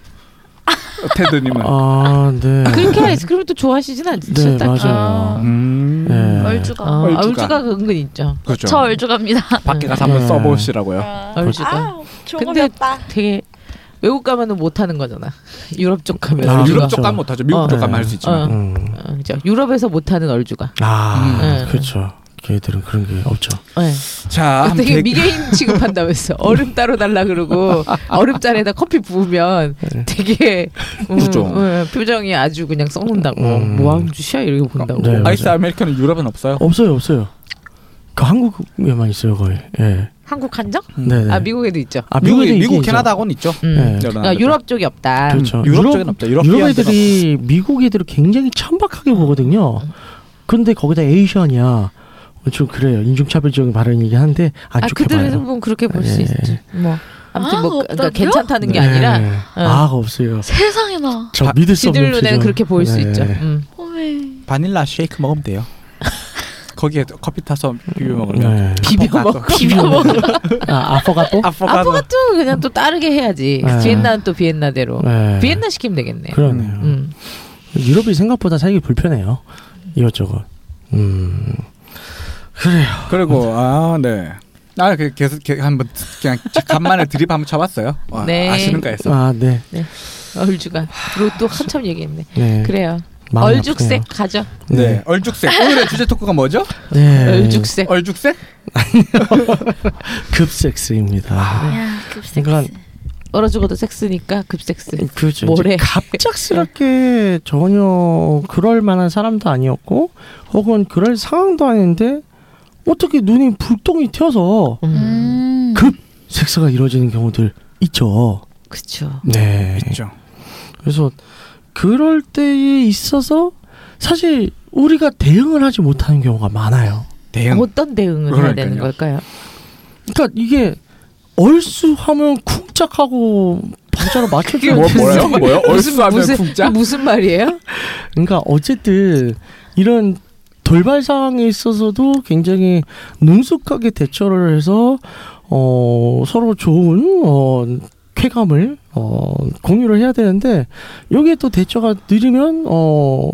Speaker 6: 테드님은.
Speaker 4: 아, 네.
Speaker 8: 그렇게 아이스크림을 또 좋아하시진 않으시죠?
Speaker 4: 네, 맞아요.
Speaker 7: 아.
Speaker 6: 음.
Speaker 4: 네.
Speaker 7: 얼죽아.
Speaker 8: 어,
Speaker 6: 얼주가.
Speaker 8: 얼주가 그 은근 있죠.
Speaker 6: 그렇죠.
Speaker 7: 저 얼죽아입니다. [laughs]
Speaker 6: 밖에 가서 한번
Speaker 4: 네.
Speaker 6: 써보시라고요.
Speaker 8: 얼주가.
Speaker 7: 좋은
Speaker 8: 근데
Speaker 7: 거였다.
Speaker 8: 되게 외국 가면은 못 하는 거잖아. [laughs] 유럽 쪽 가면
Speaker 4: 아,
Speaker 8: 얼주가.
Speaker 6: 네. 유럽
Speaker 4: 그렇죠.
Speaker 6: 쪽 가면 못하죠. 미국
Speaker 8: 어.
Speaker 6: 쪽 가면 할 수 있지만.
Speaker 8: 어.
Speaker 4: 음.
Speaker 8: 어, 그죠. 유럽에서 못 하는 얼주가.
Speaker 4: 아,
Speaker 8: 음.
Speaker 4: 그렇죠. 걔들은 그런 게 없죠.
Speaker 8: 네.
Speaker 4: 아,
Speaker 6: 자, 한번
Speaker 8: 되게
Speaker 6: 대-
Speaker 8: 미개인
Speaker 4: [laughs]
Speaker 8: 취급한다면서 얼음 따로 달라 그러고 얼음잔에다 커피 부으면
Speaker 4: 네.
Speaker 8: 되게 음,
Speaker 6: 그죠.
Speaker 8: 음, 표정이 아주 그냥 썩는다고
Speaker 4: 음.
Speaker 8: 뭐 하는 짓이야 이렇게 본다고.
Speaker 4: 네.
Speaker 6: 아이스 아메리카노 유럽엔 없어요.
Speaker 4: 없어요, 없어요. 그 한국에만 있어요, 거의. 예.
Speaker 8: 한국 한정?
Speaker 4: 네, 네.
Speaker 8: 아 미국에도 있죠.
Speaker 4: 아,
Speaker 6: 미국
Speaker 4: 미국에도
Speaker 6: 미국
Speaker 4: 있긴 있죠.
Speaker 6: 캐나다곤 있죠.
Speaker 8: 음.
Speaker 4: 네.
Speaker 6: 여러
Speaker 8: 아,
Speaker 6: 나라들.
Speaker 8: 유럽 쪽이 없다.
Speaker 4: 그렇죠.
Speaker 6: 유럽
Speaker 4: 유럽-
Speaker 6: 쪽엔 없다. 유럽,
Speaker 4: 유럽
Speaker 6: 피안들은
Speaker 4: 애들이 미국 애들을 굉장히
Speaker 8: 음.
Speaker 4: 천박하게 보거든요. 근데 거기다 에이션이야. 좀 그래요. 인종차별적인 발언이긴 한데 안
Speaker 8: 아
Speaker 4: 좋게
Speaker 8: 그들은
Speaker 4: 봐요.
Speaker 8: 보면 그렇게 볼 수
Speaker 4: 예.
Speaker 8: 있지. 뭐 아무튼
Speaker 7: 아,
Speaker 8: 뭐 그러니까
Speaker 7: 없다고요?
Speaker 8: 괜찮다는 게
Speaker 4: 네.
Speaker 8: 아니라
Speaker 4: 아가 없어요.
Speaker 7: 세상에 나.
Speaker 4: 저 믿을 수 없는 네.
Speaker 8: 지들로
Speaker 4: 표정.
Speaker 8: 내는 그렇게 보일 수
Speaker 4: 네.
Speaker 8: 있죠. 음.
Speaker 7: 어메.
Speaker 6: 바닐라 쉐이크 먹으면 돼요. [laughs] 거기에 커피 타서 비벼 먹으면
Speaker 4: 네.
Speaker 8: 비벼 먹 비벼 먹
Speaker 4: 아, 아포가또?
Speaker 6: 아포가도
Speaker 8: 아포가 또 그냥 또 따르게 해야지
Speaker 4: 네.
Speaker 8: 비엔나는 또 비엔나대로
Speaker 4: 네.
Speaker 8: 비엔나 시키면 되겠네
Speaker 4: 그러네요.
Speaker 8: 음.
Speaker 4: 유럽이 생각보다 살기 불편해요. 이것저것. 음. 그래요.
Speaker 6: 그리고 아 네. 아, 그 계속 계- 한번 그냥 간만에 드립 한번 쳐봤어요. 와,
Speaker 8: 네.
Speaker 6: 아시는가 해서.
Speaker 4: 아, 네.
Speaker 8: 아, 얼주가 그리고 또 한참 얘기했네
Speaker 4: 네.
Speaker 8: 그래요
Speaker 4: 마음이
Speaker 8: 얼죽색 가죠
Speaker 4: 네.
Speaker 6: 네. 얼죽색. 오늘의 주제 토크가 뭐죠?
Speaker 4: 네.
Speaker 8: 얼죽색
Speaker 6: 얼죽색?
Speaker 8: 아,
Speaker 4: 급섹스입니다. 네.
Speaker 8: 네.
Speaker 7: 야 급색.
Speaker 4: 그건
Speaker 8: 얼어 죽어도 섹스니까 급섹스
Speaker 4: 그렇죠.
Speaker 8: 뭐래
Speaker 4: 갑작스럽게 전혀 그럴 만한 사람도 아니었고 혹은 그럴 상황도 아닌데 어떻게 눈이 불똥이 튀어서
Speaker 8: 음.
Speaker 7: 음.
Speaker 4: 그- 섹스가 이루어지는 경우들 있죠.
Speaker 8: 그쵸
Speaker 4: 네.
Speaker 6: 있죠.
Speaker 4: 그래서 그럴 때에 있어서 사실 우리가 대응을 하지 못하는 경우가 많아요.
Speaker 6: 대형.
Speaker 8: 어떤 대응을 해야 되는
Speaker 6: 그러니까요.
Speaker 8: 걸까요
Speaker 4: 그러니까 이게 얼쑤하면 쿵짝하고 반자로 맞춰주는
Speaker 6: 뭐,
Speaker 4: 게
Speaker 6: 뭐예요?
Speaker 4: 있어요.
Speaker 6: 뭐요?
Speaker 4: 아, 네,
Speaker 6: 얼쑤하면
Speaker 8: 무슨
Speaker 6: 쿵짝?
Speaker 8: [laughs] 무슨 말이에요
Speaker 7: 음.
Speaker 4: 그러니까 어쨌든 이런 돌발 상황에 있어서도 굉장히 능숙하게 대처를 해서 어, 서로 좋은 어, 쾌감을 어, 공유를 해야 되는데 여기에 또 대처가 느리면 어,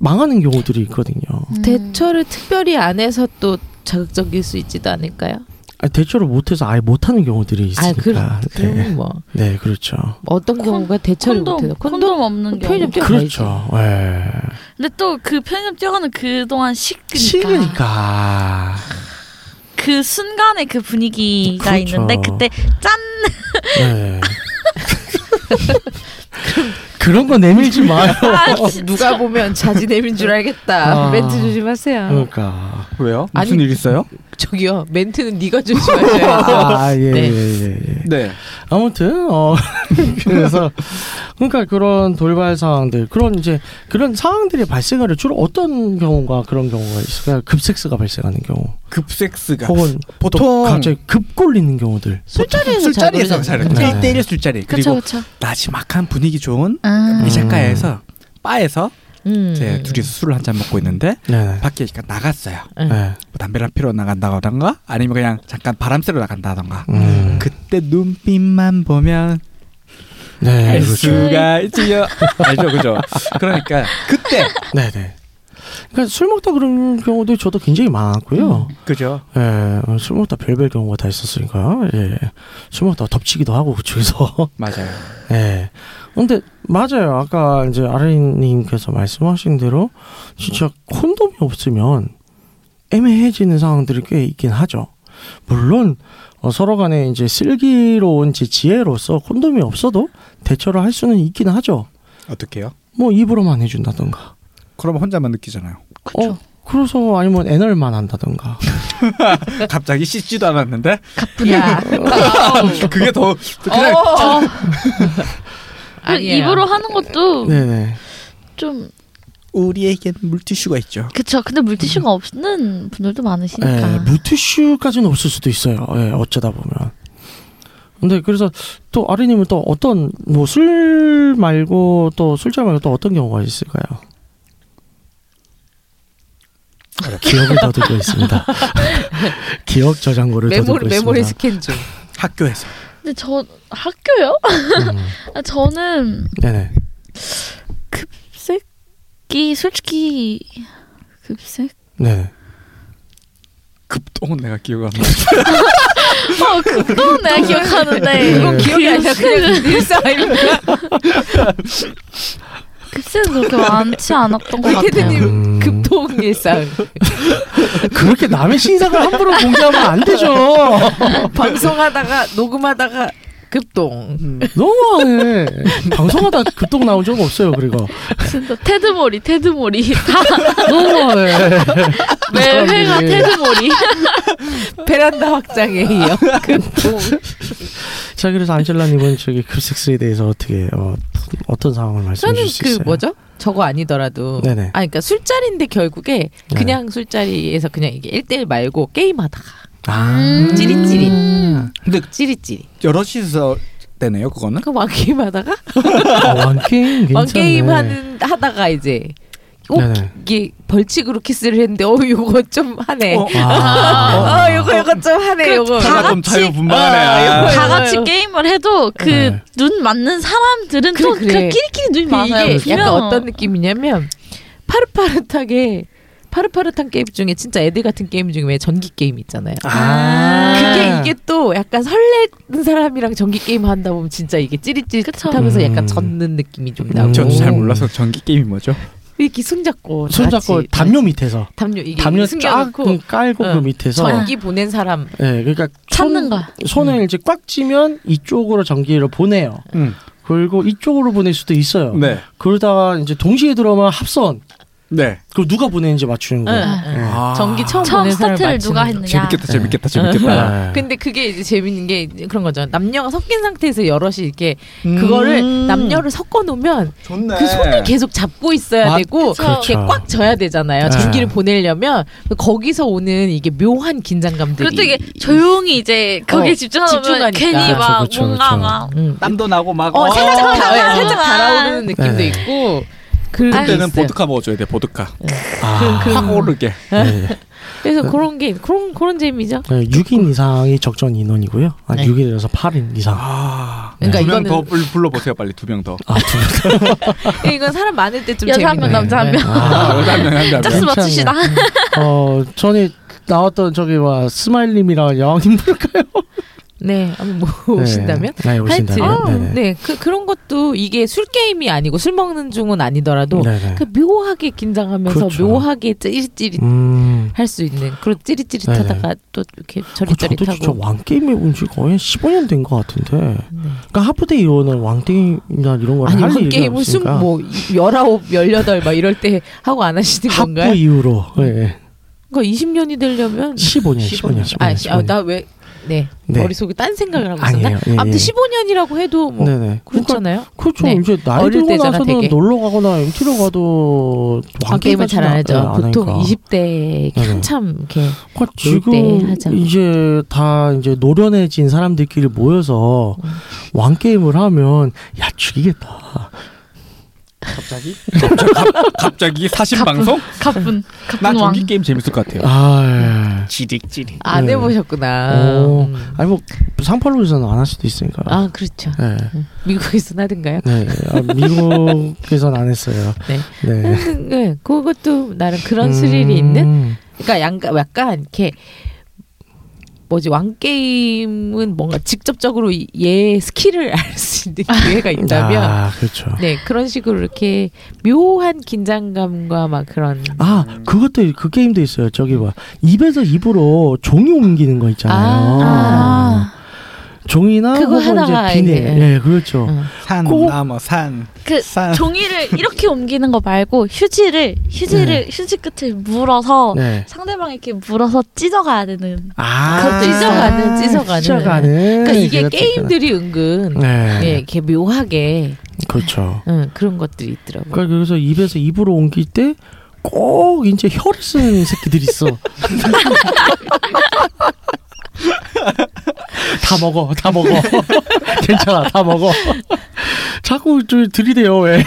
Speaker 4: 망하는 경우들이 있거든요.
Speaker 7: 음.
Speaker 8: 대처를 특별히 안 해서 또 자극적일 수 있지도 않을까요
Speaker 4: 아, 대처를 못해서 아예 못하는 경우들이
Speaker 8: 아
Speaker 4: 있으니까.
Speaker 8: 그럼
Speaker 4: 네.
Speaker 8: 그럼 뭐
Speaker 4: 네, 그렇죠.
Speaker 8: 어떤
Speaker 7: 콘-
Speaker 8: 경우가 대처를
Speaker 7: 콘돔,
Speaker 8: 못해서
Speaker 7: 콘돔 없는 경우.
Speaker 8: 편의점 뛰어가야지.
Speaker 4: 그렇죠. 예.
Speaker 7: 근데 또 그 편의점 뛰어가는 그 동안 식으니까.
Speaker 4: 식으니까.
Speaker 7: 그 순간의 그 분위기가
Speaker 4: 그렇죠.
Speaker 7: 있는데 그때 짠
Speaker 4: 네. 그런 거 내밀지 마요.
Speaker 8: 어, 누가 보면 자지 내민 줄 알겠다.
Speaker 4: 아.
Speaker 8: 멘트 조심하세요.
Speaker 4: 그러니까.
Speaker 6: 왜요?
Speaker 8: 뭐, 아니,
Speaker 6: 무슨 일 있어요?
Speaker 8: 저기요, 멘트는 네가 조심하셔야
Speaker 4: 아, 예,
Speaker 8: 네.
Speaker 4: 예, 예, 예.
Speaker 6: 네.
Speaker 4: 아무튼, 어, [laughs] 그래서, 그러니까 그런 돌발 상황들, 그런 이제, 그런 상황들이 발생할 때 주로 어떤 경우가 그런 경우가 있을까요? 급섹스가 발생하는 경우.
Speaker 6: 급섹스가
Speaker 4: 혹은
Speaker 6: 보통
Speaker 4: 갑자기 급 걸리는 경우들.
Speaker 8: 술자리에서
Speaker 6: 술자리에서 잘
Speaker 4: 그러잖아요.
Speaker 6: 일대
Speaker 4: 네.
Speaker 6: 일 술자리
Speaker 7: 그쵸
Speaker 6: 그리고
Speaker 7: 그쵸
Speaker 6: 나지막한 분위기 좋은
Speaker 7: 아.
Speaker 4: 음.
Speaker 6: 이 작가에서 바에서
Speaker 8: 음.
Speaker 6: 이제 둘이서 술을 한 잔 먹고 있는데
Speaker 4: 네.
Speaker 6: 밖에 그러니까 나갔어요.
Speaker 8: 음.
Speaker 4: 네.
Speaker 6: 뭐 담배를 피러 나간다던가 아니면 그냥 잠깐 바람 쐬러 나간다던가
Speaker 4: 음.
Speaker 6: 그때 눈빛만 보면
Speaker 4: 네.
Speaker 6: 알
Speaker 4: 그렇죠.
Speaker 6: 수가 있지요. 알죠, 그죠? 그러니까 그때
Speaker 4: 네네. 그러니까 술 먹다 그런 경우도 저도 굉장히 많았고요.
Speaker 6: 음. 그죠?
Speaker 4: 예, 술 먹다 별별 경우가 다 있었으니까, 예. 술 먹다 덮치기도 하고, [laughs] 그쪽에서.
Speaker 6: 맞아요.
Speaker 4: 예. 근데, 맞아요. 아까 이제 아린님께서 말씀하신 대로, 진짜 콘돔이 없으면 애매해지는 상황들이 꽤 있긴 하죠. 물론, 어, 서로 간에 이제 슬기로운 제 지혜로서 콘돔이 없어도 대처를 할 수는 있긴 하죠.
Speaker 6: 어떻게요?
Speaker 4: 뭐, 입으로만 해준다던가.
Speaker 6: 그러면 혼자만 느끼잖아요.
Speaker 4: 어, 그래서 아니면 애널만 한다던가.
Speaker 8: 네.
Speaker 6: 갑자기 씻지도 않았는데
Speaker 8: 야.
Speaker 6: [laughs] 그게 더 그냥
Speaker 8: 어.
Speaker 7: 그
Speaker 8: 아니에요.
Speaker 7: 입으로 하는
Speaker 8: 음.
Speaker 7: 것도
Speaker 4: 네네.
Speaker 7: 좀
Speaker 6: 우리에겐 물티슈가 있죠.
Speaker 7: 그쵸 근데 물티슈가 없는 분들도
Speaker 8: 그러니까.
Speaker 7: 많으시니까
Speaker 4: 예, 무티슈까지는 없을 수도 있어요. 예, 어쩌다 보면. 근데 그래서 또 아리님은 또 어떤 뭐 술 말고 또 술자 말고 또 어떤 경우가 있을까요? [laughs] 기억을 더듬고 [laughs] 있습니다. 기억 저장고를
Speaker 8: 메모리
Speaker 4: 더듬고
Speaker 8: 메모리
Speaker 4: 있습니다.
Speaker 8: 스캔 중.
Speaker 6: 학교에서
Speaker 7: 근데 저 학교요?
Speaker 4: 음,
Speaker 7: 아, 저는
Speaker 4: 네네.
Speaker 7: 급색이 솔직히 급색
Speaker 4: 네네.
Speaker 6: 급동은 내가 기억 안 나.
Speaker 7: 어 그건 내가 기억하는데
Speaker 8: 이건 기억이 아니라 그냥 일상입니다.
Speaker 7: 급색은 그렇게 많지 않았던 것 같아요
Speaker 8: 캐드님
Speaker 4: 음.
Speaker 8: 그 급동
Speaker 4: [laughs]
Speaker 8: 일상.
Speaker 4: 그렇게 남의 신상을 함부로 공개하면 안 되죠.
Speaker 8: 방송하다가 녹음하다가 급동.
Speaker 4: 음. 너무하네. 방송하다 급동 나온 적 없어요, 그리고.
Speaker 7: 진짜 테드몰이 테드몰이 다
Speaker 4: 너무하네. 네.
Speaker 7: 매
Speaker 4: [laughs]
Speaker 7: 회가 테드몰이
Speaker 8: 베란다 확장에
Speaker 4: 아,
Speaker 8: 이어 급동.
Speaker 4: 자, 그래서 안젤라님은 저기 급섹스에 대해서 어떻게, 어, 어떤 상황을 말씀해
Speaker 8: 저는
Speaker 4: 주실 수 있어요?
Speaker 8: 그 뭐죠? 저거 아니더라도.
Speaker 4: 네네.
Speaker 8: 아, 그러니까 술자리인데 결국에
Speaker 4: 네.
Speaker 8: 그냥 술자리에서 그냥 이게 1대1 말고 게임하다가
Speaker 4: 아.
Speaker 8: 음. 찌릿찌릿.
Speaker 6: 근데
Speaker 8: 찌릿찌릿.
Speaker 6: 여럿이서 되네요, 그거는.
Speaker 8: 그왕 게임하다가
Speaker 4: 아, 왕게임 괜찮네.
Speaker 8: 왕 게임 하는 하다가 이제 어,
Speaker 4: 네네.
Speaker 8: 이게 벌칙으로 키스를 했는데 어 요거 좀 하네.
Speaker 4: 어,
Speaker 8: 아, 어 요거 요거 좀 하네. 요거
Speaker 6: 다 같이- 좀 자유분방하네. 아, 요거,
Speaker 7: 다
Speaker 8: 요거,
Speaker 7: 같이
Speaker 8: 요거.
Speaker 7: 게임을 해도 그
Speaker 4: 네.
Speaker 7: 눈 맞는 사람들은
Speaker 8: 그래,
Speaker 7: 또 그래,
Speaker 8: 그래.
Speaker 7: 끼리끼리 눈이
Speaker 8: 그
Speaker 7: 많아요.
Speaker 8: 이게 약간
Speaker 7: 보면.
Speaker 8: 어떤 느낌이냐면 파릇파릇하게 파릇파릇한 게임 중에 진짜 애들 같은 게임 중에 왜 전기 게임 있잖아요.
Speaker 4: 아.
Speaker 7: 네.
Speaker 8: 그게 이게 또 약간 설레는 사람이랑 전기 게임 하다 보면 진짜 이게 찌릿찌릿하면서
Speaker 4: 음.
Speaker 8: 약간 젖는 느낌이 좀 나고.
Speaker 4: 전
Speaker 6: 저도 잘 몰라서 전기 게임이 뭐죠?
Speaker 8: 이렇게 손 잡고 다
Speaker 4: 손잡고
Speaker 8: 같이 네.
Speaker 4: 담요 밑에서
Speaker 8: 담요 이게
Speaker 4: 담요 쫙
Speaker 8: 숨겨놓고
Speaker 4: 깔고
Speaker 8: 어.
Speaker 4: 그 밑에서
Speaker 8: 전기 보낸 사람
Speaker 4: 예, 그러니까
Speaker 7: 찾는
Speaker 4: 손-
Speaker 7: 거야.
Speaker 4: 손을 이제 꽉 쥐면 이쪽으로 전기를 보내요.
Speaker 6: 음.
Speaker 4: 그리고 이쪽으로 보낼 수도 있어요.
Speaker 6: 네.
Speaker 4: 그러다가 이제 동시에 들어오면 합선.
Speaker 6: 네.
Speaker 4: 그리고 누가 보내는지 맞추는 거예요.
Speaker 8: 응, 응.
Speaker 6: 아.
Speaker 8: 전기 처음,
Speaker 7: 처음
Speaker 8: 보낸 사람
Speaker 7: 스타트를
Speaker 8: 맞추는
Speaker 7: 누가
Speaker 8: 거.
Speaker 7: 했느냐.
Speaker 6: 재밌겠다, 재밌겠다, 재밌겠다.
Speaker 4: 네.
Speaker 8: 근데 그게 이제 재밌는 게 이제 그런 거죠. 남녀가 섞인 상태에서 여럿이 이렇게
Speaker 4: 음.
Speaker 8: 네. 그거를 남녀를 섞어 놓으면
Speaker 6: 좋네.
Speaker 8: 그 손을 계속 잡고 있어야
Speaker 4: 아,
Speaker 8: 되고
Speaker 7: 그쵸.
Speaker 8: 이렇게
Speaker 4: 그렇죠.
Speaker 8: 꽉 져야 되잖아요.
Speaker 4: 네.
Speaker 8: 전기를 보내려면 거기서 오는 이게 묘한 긴장감들이.
Speaker 7: 그것도 이게 조용히 이제 거기에
Speaker 8: 음. 어,
Speaker 7: 집중하면
Speaker 8: 집중하니까. 그렇죠,
Speaker 7: 괜히 막
Speaker 4: 그쵸, 그쵸,
Speaker 7: 뭔가
Speaker 4: 그쵸.
Speaker 7: 막
Speaker 8: 음.
Speaker 6: 땀도 나고 막.
Speaker 8: 어, 살짝
Speaker 7: 어,
Speaker 8: 달아,
Speaker 7: 어,
Speaker 8: 살짝
Speaker 7: 어.
Speaker 8: 달아오르는 느낌도
Speaker 4: 네.
Speaker 8: 있고. 그런 게
Speaker 6: 그때는
Speaker 8: 있어요.
Speaker 6: 보드카 먹어줘야 돼, 보드카.
Speaker 8: 그,
Speaker 4: 아.
Speaker 6: 확 오르게.
Speaker 4: 네.
Speaker 8: 그래서 그런 게 그런 그런 재미죠.
Speaker 4: 네, 6인 이상이 적정 인원이고요. 아,
Speaker 8: 네.
Speaker 4: 6인에서 8인 이상.
Speaker 6: 아.
Speaker 8: 그러니까
Speaker 6: 두 명
Speaker 8: 이거는-
Speaker 6: 더 불러보세요, 빨리 두 명 더.
Speaker 4: 아, 두 분.
Speaker 8: 예, 이건 사람 많을 때 좀
Speaker 7: 여자 한
Speaker 8: 재밌는
Speaker 7: 명,
Speaker 4: 네.
Speaker 7: 남자 한
Speaker 8: 거예요.
Speaker 7: 명.
Speaker 6: 아, 여자 한 명, 한 명. 한
Speaker 7: 짝수
Speaker 6: 명.
Speaker 4: 괜찮네.
Speaker 7: 맞추시다.
Speaker 8: 음.
Speaker 4: 어, 전에 나왔던 저기 와 스마일님이랑 여왕님 부를까요?
Speaker 8: 네, 한번 뭐 오신다면.
Speaker 4: 네, 네, 오신다면.
Speaker 8: 하여튼
Speaker 4: 네네.
Speaker 8: 네, 그 그런 것도 이게 술 게임이 아니고 술 먹는 중은 아니더라도
Speaker 4: 네네.
Speaker 8: 그 묘하게 긴장하면서
Speaker 4: 그렇죠.
Speaker 8: 묘하게 찌릿찌릿
Speaker 4: 음.
Speaker 8: 할 수 있는 그런 찌릿찌릿하다가 또 이렇게
Speaker 4: 어, 저도 진짜
Speaker 8: 저릿저릿하고 네.
Speaker 4: 왕게임 해본 지 거의 15년 된 것 같은데. 그러니까 하프데이 이후는 왕게임이나 이런 걸
Speaker 8: 아니
Speaker 4: 할
Speaker 8: 그
Speaker 4: 일이
Speaker 8: 게임을
Speaker 4: 없으니까.
Speaker 8: 숨뭐 열아홉 열여덟 막 이럴 때 하고 안 하시는 건가요?
Speaker 4: 하프 이후로 예, 예.
Speaker 8: 그러니까 20년이 되려면
Speaker 4: 15년, 15년, 15년.
Speaker 8: 아나왜 네.
Speaker 4: 네.
Speaker 8: 머릿속에 딴 생각을 하고 있었나?
Speaker 4: 아니에요. 예,
Speaker 8: 아무튼
Speaker 4: 예.
Speaker 8: 15년이라고 해도 뭐
Speaker 4: 네네. 그러니까
Speaker 8: 그렇잖아요.
Speaker 4: 그렇죠.
Speaker 8: 네.
Speaker 4: 이제 나이
Speaker 8: 어릴
Speaker 4: 들고
Speaker 8: 때잖아,
Speaker 4: 나서는
Speaker 8: 되게.
Speaker 4: 놀러 가거나 MT로 가도
Speaker 8: 아, 게임을 잘 안 하죠.
Speaker 4: 왕게임까지는 안
Speaker 8: 보통
Speaker 4: 하니까.
Speaker 8: 20대
Speaker 4: 네네.
Speaker 8: 한참 이렇게
Speaker 4: 그러니까
Speaker 8: 놀때 하죠.
Speaker 4: 지금 이제 다 이제 노련해진 사람들끼리 모여서
Speaker 8: 음.
Speaker 4: 왕 게임을 하면 야 죽이겠다. 갑자기?
Speaker 6: 갑자기 사신 방송?
Speaker 7: 가쁜
Speaker 6: 나
Speaker 7: 가쁜 왕.
Speaker 6: 전기 게임 재밌을 것 같아요.
Speaker 4: 아,
Speaker 6: 지릭지릭.
Speaker 8: 안
Speaker 4: 네.
Speaker 8: 해보셨구나.
Speaker 4: 오.
Speaker 8: 음.
Speaker 4: 아니 뭐 상팔로에서는 안 할 수도 있으니까.
Speaker 8: 아 그렇죠.
Speaker 4: 네.
Speaker 8: 미국에서 나든가요? [laughs]
Speaker 4: 네, 아, 미국에서는 안 했어요.
Speaker 8: 네.
Speaker 4: 네.
Speaker 8: 음, 네. 그것도 나름 그런
Speaker 4: 음.
Speaker 8: 스릴이 있는. 그러니까 약간, 약간 이렇게 뭐지 왕 게임은 뭔가 직접적으로 이- 얘의 스킬을 [laughs] 알 수 있는 기회가 있다면.
Speaker 4: 아, 그렇죠.
Speaker 8: 네 그런 식으로 이렇게 묘한 긴장감과 막 그런
Speaker 4: 아, 그것도 그 게임도 있어요. 저기 봐. 입에서 입으로 종이 옮기는 거 있잖아요.
Speaker 7: 아,
Speaker 4: 종이나
Speaker 8: 그거
Speaker 4: 혹은
Speaker 8: 하나가
Speaker 4: 이제 비닐.
Speaker 8: 이제,
Speaker 4: 예, 그렇죠.
Speaker 8: 음.
Speaker 6: 산,
Speaker 4: 꼭-
Speaker 6: 나무, 산.
Speaker 7: 그
Speaker 6: 산.
Speaker 7: 종이를 이렇게 옮기는 거 말고 휴지를 휴지를
Speaker 8: 네.
Speaker 7: 휴지 끝을 물어서
Speaker 4: 네.
Speaker 7: 상대방 이렇게 물어서 찢어가야 되는.
Speaker 4: 아,
Speaker 8: 그것도 찢어가는 찢어가는
Speaker 4: 찢어가는.
Speaker 8: 그러니까 이게
Speaker 4: 그렇죠, 그것도 있구나.
Speaker 8: 게임들이 은근
Speaker 4: 네.
Speaker 8: 예, 이렇게 묘하게
Speaker 4: 그렇죠.
Speaker 8: 응, 그런 것들이 있더라고요.
Speaker 4: 그러니까 그래서 입에서 입으로 옮길 때 꼭 이제 혀를 쓰는 새끼들이 있어. [laughs] 다 먹어, 다 먹어. [laughs] 괜찮아, 다 먹어. 자꾸 저 들이대요, 왜.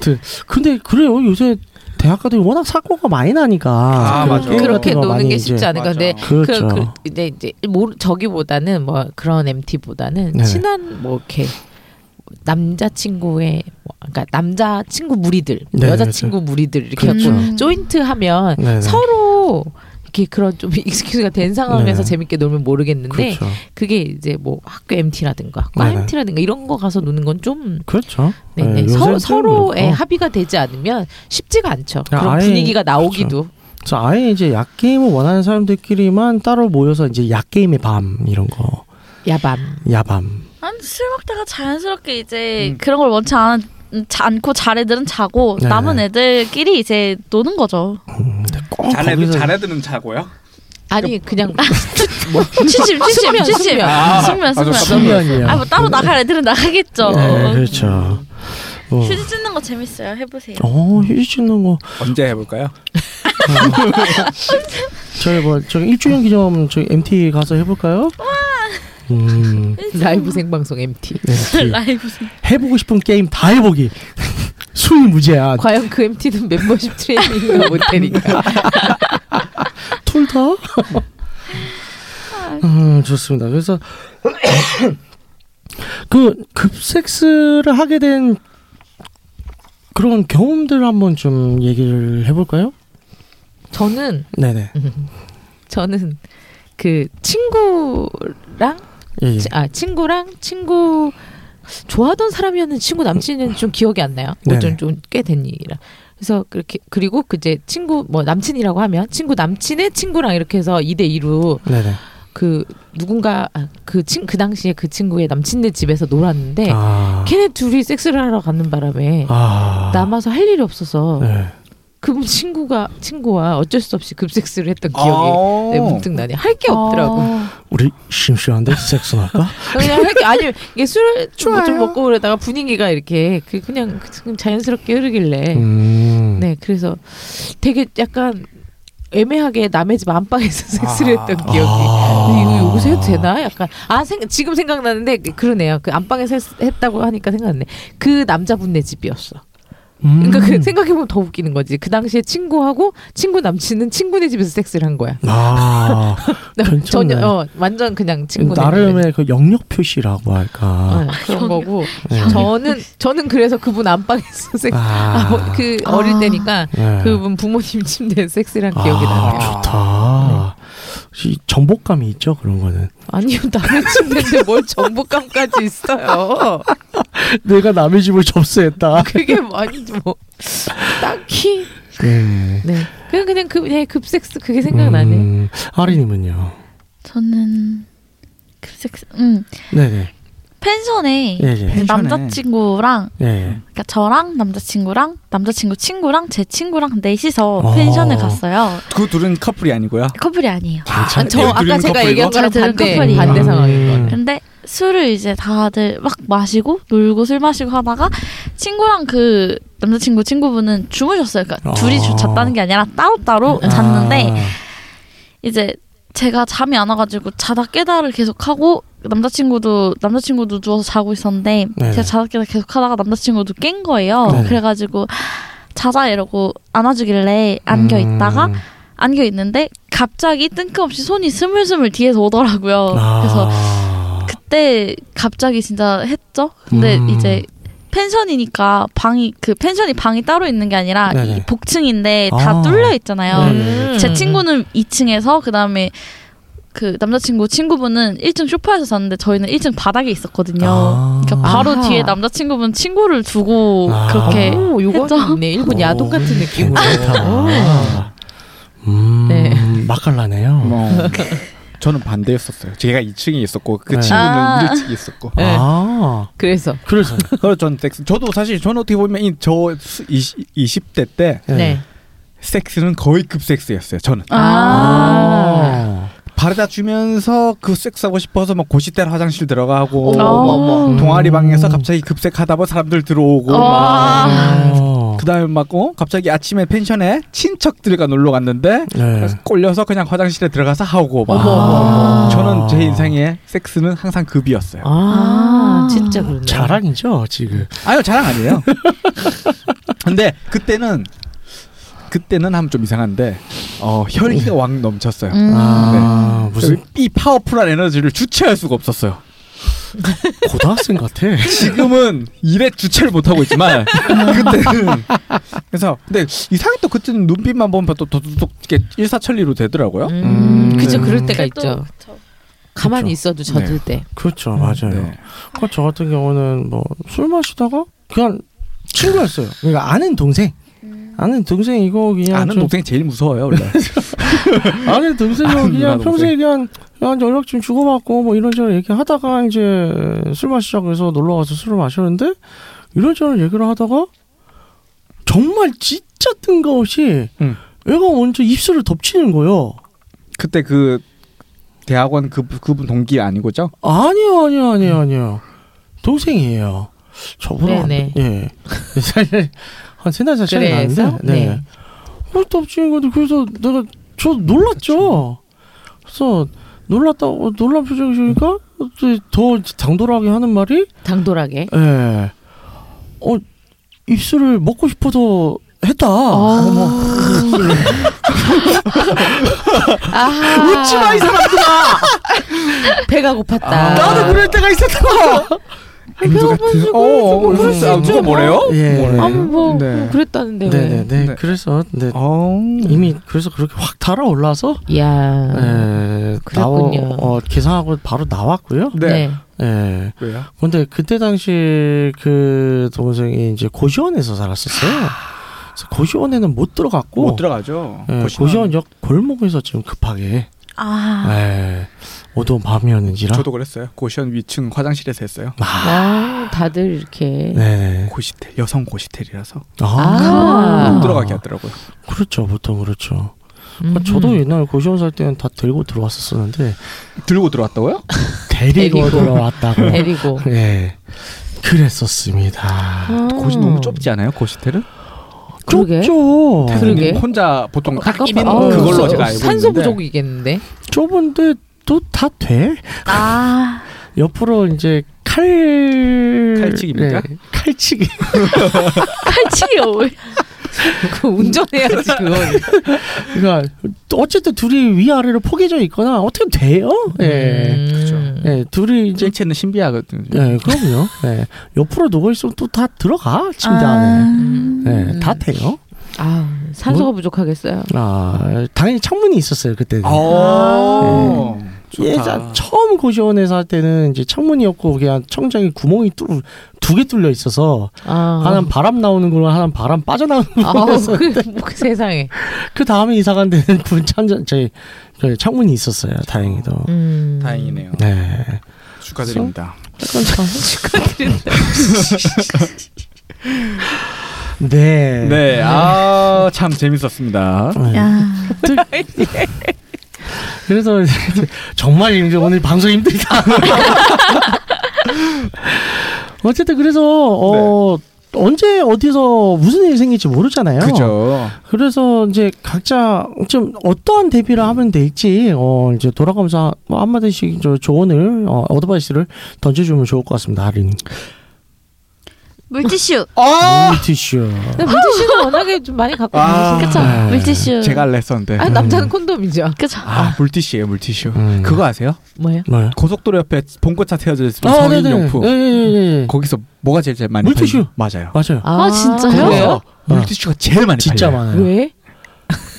Speaker 4: 드- 근데 그래요, 요새 대학가들이 워낙 사고가 많이 나니까.
Speaker 6: 아, 맞아.
Speaker 4: 게임 같은
Speaker 8: 그렇게
Speaker 4: 거
Speaker 8: 노는
Speaker 4: 어, 많이
Speaker 8: 게
Speaker 4: 이제-
Speaker 8: 쉽지 않은
Speaker 6: 맞아.
Speaker 8: 건데 그,
Speaker 4: 그렇죠.
Speaker 8: 그 이제 이제 모르, 저기보다는 뭐 그런 MT보다는
Speaker 4: 네네.
Speaker 8: 친한 뭐 이렇게 남자 친구의 뭐, 그러니까 남자 친구 무리들
Speaker 4: 네네,
Speaker 8: 여자 친구 무리들 이렇게
Speaker 4: 그렇죠.
Speaker 8: 갖고
Speaker 7: 음.
Speaker 8: 조인트 하면
Speaker 4: 네네.
Speaker 8: 서로 이렇게 그런 좀 [laughs] 익스큐즈가 된 상황에서
Speaker 4: 네네.
Speaker 8: 재밌게 놀면 모르겠는데
Speaker 4: 그렇죠.
Speaker 8: 그게 이제 뭐 학교 MT라든가 과
Speaker 4: 네네.
Speaker 8: MT라든가 이런 거 가서 노는 건좀
Speaker 4: 그렇죠.
Speaker 8: 네,
Speaker 4: 예,
Speaker 8: 네.
Speaker 4: 요새는
Speaker 8: 서,
Speaker 4: 게임이
Speaker 8: 서로의
Speaker 4: 없고.
Speaker 8: 합의가 되지 않으면 쉽지가 않죠.
Speaker 4: 아,
Speaker 8: 그런
Speaker 4: 아예
Speaker 8: 분위기가 나오기도.
Speaker 4: 그래서 아예 이제 약 게임을 원하는 사람들끼리만 따로 모여서 이제 약 게임의 밤 이런 거
Speaker 8: 야밤.
Speaker 4: 야밤.
Speaker 7: 아니 술 먹다가 자연스럽게 이제 그런 걸 원치 않, 자- 않고 잘 애들은 자고
Speaker 4: 네.
Speaker 7: 남은 애들끼리 이제 노는 거죠.
Speaker 4: 근데 꼭
Speaker 6: 잘해도
Speaker 4: 거기서
Speaker 6: 잘해드는 자고요.
Speaker 8: 아니
Speaker 4: 그러니까
Speaker 8: 그냥
Speaker 7: 취침 취침
Speaker 8: 숙면,
Speaker 7: 취침
Speaker 8: 숙면.
Speaker 6: 아,
Speaker 7: 숙면
Speaker 6: 아, 저
Speaker 7: 숙면.
Speaker 4: 숙면이야.
Speaker 7: 아뭐 따로 나갈 애들은 나가겠죠. 어.
Speaker 4: 네, 그렇죠. 어.
Speaker 7: 아, 휴지 찢는 거 재밌어요. 해보세요.
Speaker 4: 어, 휴지 찢는 거.
Speaker 6: 언제 해볼까요?
Speaker 4: 저희 뭐, 저기 1주년 기념, 저기 MT 가서 해볼까요? 음,
Speaker 7: [laughs]
Speaker 8: 라이브 생방송 MT.
Speaker 4: MT.
Speaker 7: 라이브.
Speaker 4: 해보고 싶은 게임 다 해보기. [laughs] 술 무제한.
Speaker 8: 과연 그 MT는 멤버십 트레이닝인가 모텔인가?
Speaker 4: 둘 다?
Speaker 8: 아,
Speaker 4: 음, 좋습니다. 그래서 [coughs] 그 급섹스를 하게 된 그런 경험들 한번 좀 얘기를 해볼까요?
Speaker 8: 저는
Speaker 4: 네네.
Speaker 8: 저는 그 친구랑
Speaker 4: 예, 예.
Speaker 8: 치- 아 친구랑 친구 좋아하던 사람이었는 친구 남친은 좀 기억이 안 나요.
Speaker 4: 네네.
Speaker 8: 좀좀꽤된 얘기라. 그래서 그렇게 그리고 그 이제 친구 뭐 남친이라고 하면 친구 남친의 친구랑 이렇게 해서 2대 2로
Speaker 4: 네네.
Speaker 8: 그 누군가 그 친 그 당시에 그 친구의 남친네 집에서 놀았는데
Speaker 4: 아.
Speaker 8: 걔네 둘이 섹스를 하러 가는 바람에
Speaker 4: 아.
Speaker 8: 남아서 할 일이 없어서
Speaker 4: 네.
Speaker 8: 그 친구가 친구와 어쩔 수 없이 급섹스를 했던
Speaker 6: 어.
Speaker 4: 아.
Speaker 8: 기억이 내 문득 나네. 할 게 없더라고.
Speaker 4: 우리 심심한데 섹스 할까?
Speaker 8: 그냥 이렇게 아니 이게 술좀 먹고 그러다가 분위기가 이렇게 그 그냥 지금 자연스럽게 흐르길래
Speaker 4: 음.
Speaker 8: 네 그래서 되게 약간 애매하게 남의 집 안방에서 섹스를 했던 기억이 근데 이거 여기서 해도 되나 약간 아 생, 지금 생각나는데 그러네요 그 안방에서 했, 다고 하니까 생각났네 그 남자분네 집이었어
Speaker 4: 음.
Speaker 8: 그러니까 그 생각해보면 더 웃기는 거지 그 당시에 친구하고 친구 남친은 친구네 집에서 섹스를 한 거야 [laughs]
Speaker 4: 아. 괜찮네.
Speaker 8: 전혀 어, 완전 그냥 친구네 집에서.
Speaker 4: 나름의 그 영역 표시라고 할까.
Speaker 8: 네, 그런 거고
Speaker 4: 아. 네.
Speaker 8: 저는 저는 그래서 그분 안방에서 [laughs] 섹스
Speaker 4: 아.
Speaker 8: 아, 뭐, 그 어릴 때니까
Speaker 4: 네.
Speaker 8: 그분 부모님 침대에 섹스를 한 기억이
Speaker 4: 아,
Speaker 8: 나네요.
Speaker 4: 좋다. 이 정복감이 있죠 그런 거는.
Speaker 8: 아니요 남의 침대인데 뭘 정복감까지 있어요.
Speaker 4: [laughs]
Speaker 8: [laughs]
Speaker 4: 내가 남의 집을 접수했다.
Speaker 8: 그게 많이 뭐 딱히
Speaker 4: 네.
Speaker 8: 네 그냥 그냥 그 예, 급섹스 그게 생각나네.
Speaker 4: 음, 아리님은요.
Speaker 7: 저는 급섹스 음
Speaker 4: 네네.
Speaker 7: 펜션에
Speaker 4: 예, 예.
Speaker 7: 이제 남자친구랑
Speaker 4: 예, 예.
Speaker 7: 그러니까 저랑 남자친구랑 남자친구 친구랑 제 친구랑 넷이서
Speaker 6: 어.
Speaker 7: 펜션을 갔어요.
Speaker 6: 그 둘은 커플이 아니고요.
Speaker 7: 커플이 아니에요.
Speaker 8: 아,
Speaker 6: 네,
Speaker 4: 예.
Speaker 8: 저 아까 제가 얘기한 거랑
Speaker 7: 제가 들은
Speaker 8: 반대
Speaker 7: 커플이에요.
Speaker 4: 음.
Speaker 8: 반대 상황인
Speaker 11: 음.
Speaker 8: 거.
Speaker 7: 근데 술을 이제 다들 막 마시고 놀고 술 마시고 하다가 친구랑 그 남자친구 친구분은 주무셨어요. 그러니까
Speaker 11: 아.
Speaker 7: 둘이 주- 잤다는 게 아니라 따로따로
Speaker 11: 음.
Speaker 7: 잤는데 이제 제가 잠이 안 와가지고 자다 깨다를 계속하고 남자친구도 남자친구도 누워서 자고 있었는데
Speaker 11: 네네.
Speaker 7: 제가 자다 깨다 계속하다가 남자친구도 깬 거예요.
Speaker 11: 네네.
Speaker 7: 그래가지고 자자 이러고 안아주길래 안겨
Speaker 4: 음.
Speaker 11: 음.
Speaker 7: 있다가 안겨 있는데 갑자기 뜬금없이 손이 스물스물 뒤에서 오더라고요.
Speaker 11: 아.
Speaker 4: 아.
Speaker 7: 그래서 그때 갑자기 진짜 했죠. 근데
Speaker 11: 음.
Speaker 7: 이제 펜션이니까 방이 그 펜션이 방이 따로 있는 게 아니라
Speaker 11: 네네.
Speaker 7: 이 복층인데 다
Speaker 11: 아.
Speaker 7: 뚫려 있잖아요.
Speaker 8: 음.
Speaker 11: 네네.
Speaker 7: 제 친구는 2층에서 그다음에 그 남자친구 친구분은 1층 쇼파에서 잤는데 저희는 1층 바닥에 있었거든요.
Speaker 4: 아.
Speaker 7: 그러니까 바로
Speaker 8: 아하.
Speaker 7: 뒤에 남자친구분 친구를 두고 그렇게
Speaker 8: 오, 어, 요거
Speaker 7: 했죠.
Speaker 8: 있네. 일본 야동 같은 느낌으로. 어.
Speaker 4: 음,
Speaker 8: 네.
Speaker 4: 맛깔나네요.
Speaker 6: 어. 저는 반대였었어요. 제가 2층에 있었고 그
Speaker 4: 네.
Speaker 6: 친구는
Speaker 4: 아.
Speaker 6: 1층에 있었고.
Speaker 4: 네. 아.
Speaker 8: 그래서.
Speaker 4: 그래서.
Speaker 6: 그래서 저는 섹스. 저도 사실 저는 어떻게 보면 이, 저 수- 20, 20대 때
Speaker 8: 네.
Speaker 6: 섹스는 거의 급섹스였어요. 저는.
Speaker 4: 어.
Speaker 8: 아.
Speaker 6: 바르다 주면서 그 섹스하고 싶어서 뭐 고시대로 화장실 들어가고
Speaker 8: 어머,
Speaker 6: 뭐
Speaker 8: 어머.
Speaker 6: 동아리 방에서 갑자기 급색하다 보면 사람들 들어오고
Speaker 8: 아,
Speaker 6: 막 그다음에 막 어? 갑자기 아침에 펜션에 친척들과 놀러 갔는데
Speaker 4: 네.
Speaker 6: 그래서 꼴려서 그냥 화장실에 들어가서 하고 막 저는 제 인생에 섹스는 항상 급이었어요.
Speaker 8: 아, 진짜 그러네.
Speaker 4: 자랑이죠 지금.
Speaker 6: 아니요 자랑 아니에요. [laughs] 근데 그때는 그때는 하면 좀 이상한데 어, 혈기가 왕 넘쳤어요. 네.
Speaker 4: 음. 아, 무슨-
Speaker 6: 이 파워풀한 에너지를 주체할 수가 없었어요.
Speaker 4: 고등학생 같아.
Speaker 6: [laughs] 지금은 일에 주체를 못 하고 있지만 그때는 [laughs] 그래서 근데 이상하게 또 그때는 눈빛만 보면 또 도둑 이렇게 일사천리로 되더라고요.
Speaker 8: 음. 그죠
Speaker 6: 네.
Speaker 8: 그럴 때가 있죠. 가만히 있어도 젖을 때.
Speaker 4: 그렇죠, 맞아요.
Speaker 6: 네.
Speaker 4: 그 저 같은 경우는 뭐 술 마시다가 그냥 친구였어요. 그러니까 아는 동생. 아는 동생이고
Speaker 8: 네.
Speaker 4: 그냥
Speaker 6: 아는
Speaker 4: 좀-
Speaker 6: 동생이 제일 무서워요 [laughs] 원래.
Speaker 4: 아는 동생이고
Speaker 6: 아는
Speaker 4: 그냥
Speaker 6: 누나
Speaker 4: 평소에
Speaker 6: 동생.
Speaker 4: 그냥 그냥 연락 좀 주고받고 뭐 이런저런 얘기하다가 이제 술 마시자고 해서 놀러 가서 술을 마셨는데 이런저런 얘기를 하다가 정말 진짜 뜬금없이 얘가 먼저 입술을 덮치는 거예요.
Speaker 6: 그때 그 대학원 그 그분 동기 아니고죠?
Speaker 4: 아니요, 아니요, 아니요, 아니요. 동생이에요. 저보다 안-
Speaker 6: 음. 네네.
Speaker 4: 예 [laughs] 사실 한 세네 살 차이
Speaker 6: 그래서?
Speaker 4: 나는데 네.
Speaker 6: 네.
Speaker 4: 네. 덮치는 건데 그래서 내가 저
Speaker 6: 그렇죠.
Speaker 4: 놀랐죠. 그래서 놀랐다 어, 놀란 표정 지니까 더 당돌하게 하는 말이
Speaker 8: 당돌하게.
Speaker 4: 예. 어 입술을 먹고 싶어서 했다.
Speaker 6: 아.
Speaker 8: 웃지 마, 이 사람들아! [laughs] 배가 고팠다.
Speaker 4: 나도 그럴 때가 있었다.
Speaker 6: 민두 같은. 어,
Speaker 8: 아, 뭐 그럴 수
Speaker 6: 아, 그거
Speaker 8: 있죠, 뭐.
Speaker 6: 뭐래요?
Speaker 4: 예.
Speaker 6: 뭐래요?
Speaker 8: 아, 뭐,
Speaker 6: 네.
Speaker 8: 그랬다는데. 왜.
Speaker 4: 네네네.
Speaker 6: 네.
Speaker 4: 그래서
Speaker 8: 음.
Speaker 4: 네.
Speaker 6: 어.
Speaker 4: 이미 그래서 그렇게 확 달아올라서
Speaker 8: 이야.
Speaker 4: 예, 나오,
Speaker 8: 아, 그랬군요.
Speaker 4: 어, 계산하고 바로 나왔고요.
Speaker 6: 네.
Speaker 8: 네.
Speaker 4: 예.
Speaker 6: 왜요?
Speaker 4: 근데 그때 당시 그 동생이 이제 고시원에서 살았었어요.
Speaker 8: 아.
Speaker 4: 그래서 고시원에는 못 들어갔고
Speaker 6: 못 들어가죠.
Speaker 4: 예,
Speaker 6: 거시기.
Speaker 4: 고시원역 골목에서 지금 급하게
Speaker 7: 아.
Speaker 4: 예, 어두운 밤이었는지라.
Speaker 6: 저도 그랬어요. 고시원 위층 화장실에서 했어요.
Speaker 8: 아, 다들 이렇게.
Speaker 4: 네.
Speaker 6: 고시텔 여성 고시텔이라서
Speaker 8: 아.
Speaker 6: 못 들어가게 하더라고요.
Speaker 4: 그렇죠, 보통 그렇죠.
Speaker 8: 음.
Speaker 4: 저도 옛날 고시원 살 때는 다 들고 들어왔었었는데
Speaker 6: 들고 들어왔다고요?
Speaker 8: 아.
Speaker 4: 데리고,
Speaker 8: 데리고. 네.
Speaker 4: 들어왔다고.
Speaker 8: 데리고.
Speaker 4: 예.
Speaker 8: 아.
Speaker 4: 그랬었습니다.
Speaker 6: 아, 고시 너무 좁지 않아요? 고시텔은? 어,
Speaker 8: 그러게.
Speaker 4: 좁죠.
Speaker 8: 어. 그러게.
Speaker 6: 혼자 보통 딱
Speaker 8: 가깝다.
Speaker 6: 1인
Speaker 8: 어,
Speaker 6: 그걸로
Speaker 8: 어,
Speaker 6: 제가 알고
Speaker 8: 산소
Speaker 6: 있는데
Speaker 8: 부족이겠는데.
Speaker 4: 좁은데 또 다 돼.
Speaker 7: 아.
Speaker 4: [laughs] 옆으로 이제 칼
Speaker 6: 칼치기입니까?
Speaker 4: 네, 칼치기.
Speaker 7: 칼치요.
Speaker 8: [laughs] 그거 운전해야지 그거는.
Speaker 4: 그러니까 어쨌든 둘이 위아래로 포개져 있거나 어떻게 돼요? 예.
Speaker 8: 음.
Speaker 4: 예, 둘이 이제
Speaker 6: 일체는 신비하거든요.
Speaker 4: 예, 그럼요. 예. 옆으로 누워 있으면 또 다 들어가 침대 안에. 예, 다 돼요.
Speaker 8: 아, 산소가 부족하겠어요.
Speaker 4: 아, 당연히 창문이 있었어요,
Speaker 8: 네.
Speaker 4: 그때는.
Speaker 6: 아, 좋다.
Speaker 4: 예전 처음 고시원에서 할 때는 이제 창문이 없고 그냥 청장에 구멍이 뚫두개 뚫려 있어서
Speaker 8: 아.
Speaker 4: 하나는 바람 나오는 걸로 하나는 바람 빠져나오는 [laughs]
Speaker 8: 아우,
Speaker 4: 걸로
Speaker 8: 그, 그 세상에.
Speaker 4: 그 다음에 이사 간 데는 군 찬장 저희 저희 창문이 있었어요 다행히도
Speaker 8: 음.
Speaker 6: 다행이네요.
Speaker 4: 네
Speaker 6: 축하드립니다.
Speaker 4: 약간 참 축하드립니다 네.
Speaker 6: 네, 아 참 재밌었습니다.
Speaker 4: 네.
Speaker 7: 야.
Speaker 4: 그래서 이제 정말 이제 오늘 방송 힘들다. [laughs] 어쨌든 그래서 어 언제 어디서 무슨 일이 생길지
Speaker 8: 네.
Speaker 4: 모르잖아요.
Speaker 6: 네. 그죠.
Speaker 4: 그래서 이제 각자 좀 어떠한 대비를 하면 될지 어 이제 돌아가면서 뭐 한마디씩 저 조언을 어 어드바이스를 던져주면 좋을 것 같습니다. 아린.
Speaker 7: 물티슈.
Speaker 4: 물티슈.
Speaker 8: 근데 무지 씨는 워낙에 좀 많이 갖고
Speaker 6: 아.
Speaker 8: 계시니까.
Speaker 7: 그쵸.
Speaker 4: 네.
Speaker 7: 물티슈.
Speaker 6: 제가 할라 했었는데.
Speaker 8: 아, 남자는 콘돔이죠.
Speaker 7: [laughs] 그쵸.
Speaker 6: 아, 물티슈예요, 물티슈.
Speaker 4: 음.
Speaker 6: 그거 아세요?
Speaker 8: 뭐예요?
Speaker 4: 뭐요?
Speaker 6: 고속도로 옆에 봉고차 세워져 있으면
Speaker 8: 아,
Speaker 6: 성인용품.
Speaker 4: 아,
Speaker 8: 네.
Speaker 4: 예예예.
Speaker 6: 거기서 뭐가 제일 제일 많이
Speaker 4: 물티슈.
Speaker 6: 팔리- 맞아요.
Speaker 4: 맞아요.
Speaker 7: 아, 진짜요?
Speaker 6: 그래서
Speaker 4: 어.
Speaker 6: 물티슈가 제일 많이
Speaker 4: 진짜
Speaker 6: 팔려요.
Speaker 4: 많아요.
Speaker 8: 왜?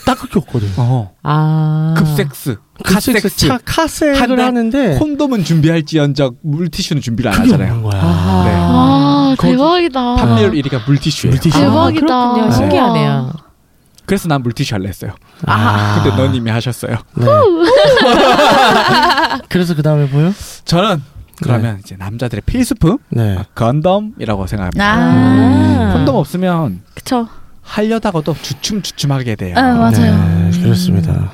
Speaker 4: 딱 그렇게 없거든.
Speaker 6: 어.
Speaker 8: 아.
Speaker 6: 급섹스,
Speaker 4: 카섹스,
Speaker 6: 카섹스,
Speaker 4: 차 카섹을
Speaker 6: 한다?
Speaker 4: 하는데
Speaker 6: 콘돔은 준비할지언정 물티슈는 준비를 안
Speaker 4: 그게 없는
Speaker 6: 하잖아요.
Speaker 4: 거야.
Speaker 7: 아,
Speaker 6: 거기
Speaker 7: 대박이다.
Speaker 6: 판매율 1위가 물티슈예요.
Speaker 4: 물티슈.
Speaker 7: 대박이다.
Speaker 8: 아, 그렇군요. 신기하네요.
Speaker 6: 그래서 난 물티슈 할라 했어요.
Speaker 4: 아.
Speaker 6: 근데 넌 이미 하셨어요.
Speaker 4: 네. 그래서 그 다음에 뭐요?
Speaker 6: 저는 그러면 이제 남자들의 필수품
Speaker 4: 네.
Speaker 6: 건덤이라고 생각합니다.
Speaker 7: 아.
Speaker 6: 콘돔 없으면
Speaker 7: 그쵸.
Speaker 6: 하려다가도 주춤주춤하게 돼요. 음.
Speaker 7: 아, 맞아요.
Speaker 4: 네, 그렇습니다.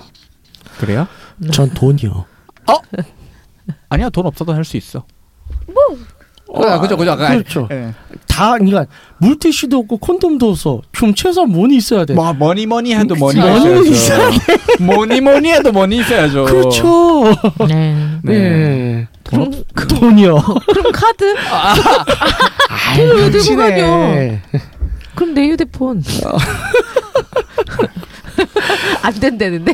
Speaker 6: 그래요?
Speaker 4: 전 돈이요.
Speaker 6: 아니야 돈 없어도 할 수 있어. 뭐? 아, 그죠 그죠.
Speaker 4: 그렇죠.
Speaker 6: 예.
Speaker 4: 다 그러니까 물티슈도 없고 콘돔도 없어. 좀 최소한 뭔이 있어야 돼.
Speaker 6: 뭐 뭐니 뭐니 해도 뭐니가
Speaker 4: 그치. 뭐니
Speaker 6: 있어야죠. 뭐니 뭐니 해도 뭐니 있어야죠.
Speaker 4: 그렇죠.
Speaker 8: [laughs] 네. 그
Speaker 6: 네.
Speaker 4: 네. 돈, 돈이요.
Speaker 8: 그럼 카드? 돈을 왜 들고 가냐? 그럼 내
Speaker 4: [laughs]
Speaker 8: 휴대폰. 안 된다는데.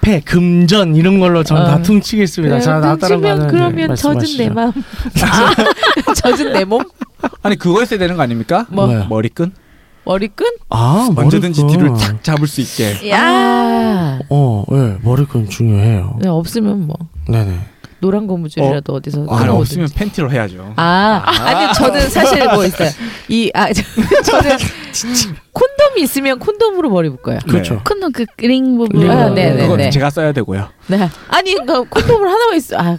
Speaker 4: 화폐, 금전 이런 걸로 전 다
Speaker 8: 어.
Speaker 4: 퉁치겠습니다. 자, 그러니까 나 따라가는
Speaker 8: 면
Speaker 4: 네,
Speaker 8: 그러면 젖은
Speaker 4: 말씀하시죠. [laughs]
Speaker 8: 내 마음. 아, 젖은 내 몸?
Speaker 6: 아니 그거 있어야 되는 거 아닙니까?
Speaker 4: 뭐? 뭐야?
Speaker 6: 머리끈?
Speaker 8: 머리끈?
Speaker 4: 아,
Speaker 6: 언제든지
Speaker 4: 머리끈.
Speaker 6: 뒤를 탁 잡을 수 있게. 아,
Speaker 8: 아.
Speaker 4: 어, 예, 머리끈 중요해요.
Speaker 8: 네, 없으면 뭐
Speaker 4: 네네.
Speaker 8: 노란 고무줄이라도 어, 디서
Speaker 4: 네,
Speaker 6: 아, 없으면 팬티로 해야죠.
Speaker 8: 아, 아니 저는 사실 뭐 있어요. 이 아, [laughs] 저- 저는 콘돔이 있으면 콘돔으로 머리 묶어요.
Speaker 4: 그렇죠.
Speaker 7: 콘돔 그링 부분.
Speaker 4: 링.
Speaker 8: 아, 네, 네,
Speaker 6: 그건
Speaker 8: 네.
Speaker 6: 제가 써야 되고요.
Speaker 8: 네. 아니 그 콘돔을 하나만 있어. 아,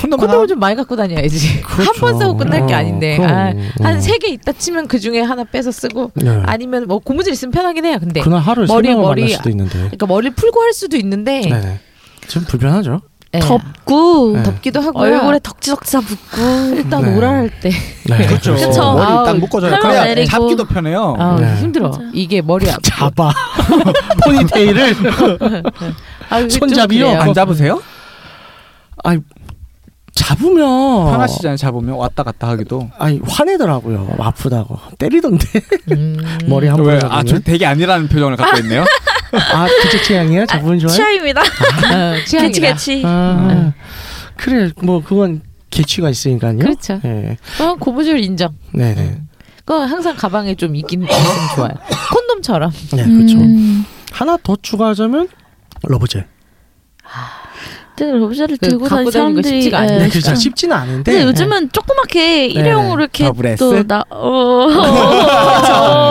Speaker 6: 콘돔 하나
Speaker 8: 콘돔을 좀 많이 갖고 다녀야지. 한 번 쓰고 끝날 게 아닌데 아, 한 세 개 있다 치면 그 중에 하나 빼서 쓰고 아니면 뭐 고무줄 있으면 편하긴 해요.
Speaker 4: 네.
Speaker 8: 근데
Speaker 4: 그날 하루에 머리,
Speaker 8: 머리,
Speaker 4: 세 명을
Speaker 8: 머리.
Speaker 4: 만날 수도 있는데.
Speaker 8: 그러니까 머리를 풀고 할 수도 있는데
Speaker 4: 네네. 좀 불편하죠.
Speaker 8: 예.
Speaker 7: 덥고
Speaker 4: 네.
Speaker 8: 덥기도 하고
Speaker 7: 얼굴에 덕지덕지 붓고.
Speaker 8: 일단
Speaker 4: 네.
Speaker 8: 오랄할 때
Speaker 4: 네.
Speaker 6: 그렇죠.
Speaker 7: 그쵸.
Speaker 6: 머리
Speaker 8: 아우,
Speaker 6: 딱 묶어줘요.
Speaker 7: 칼로
Speaker 6: 그래야
Speaker 7: 내리고.
Speaker 6: 잡기도 편해요.
Speaker 8: 아,
Speaker 4: 네.
Speaker 8: 힘들어. 이게
Speaker 4: [laughs]
Speaker 8: 머리 앞.
Speaker 4: 잡아. 포니테일을. [laughs]
Speaker 8: 아, 이게 좀
Speaker 4: 손잡이요?
Speaker 8: 그래요.
Speaker 6: 안 잡으세요?
Speaker 4: 아니, 잡으면
Speaker 6: 편하시잖아요. 잡으면 왔다 갔다 하기도.
Speaker 4: 아니 화내더라고요. 아프다고 때리던데
Speaker 8: 음.
Speaker 4: 머리 한 번.
Speaker 6: 아, 저 되게 아니라는 표정을 갖고 있네요.
Speaker 4: 아 그쪽 취향이야? 저분
Speaker 8: 네.
Speaker 4: 좋아해?
Speaker 7: 취향입니다.
Speaker 8: 어, 취향이다.
Speaker 7: 개치 개치.
Speaker 4: 아, 그래 뭐 그건 개취가 있으니까요.
Speaker 8: 네. 그렇죠.
Speaker 4: 네,
Speaker 8: 어, 고무줄 인정.
Speaker 4: 네, 네,
Speaker 8: 그거 항상 가방에 좀 있긴 있으면 좋아요. 콘돔처럼.
Speaker 4: 네 그렇죠.
Speaker 7: 음,
Speaker 4: 하나 더 추가하자면 러브젤.
Speaker 7: 근데 로브젤을
Speaker 8: 그
Speaker 7: 네, 들고 다니는
Speaker 8: 갖고 다니는 거
Speaker 7: 사람들이
Speaker 8: 쉽지가 않네.
Speaker 7: 예,
Speaker 4: 네,
Speaker 8: 네,
Speaker 4: 그렇죠.
Speaker 8: 그렇죠.
Speaker 4: 쉽지는 않은데.
Speaker 7: 근데 요즘은 조그맣게 일회용으로 이렇게
Speaker 6: 더블 S?
Speaker 7: 또나 어.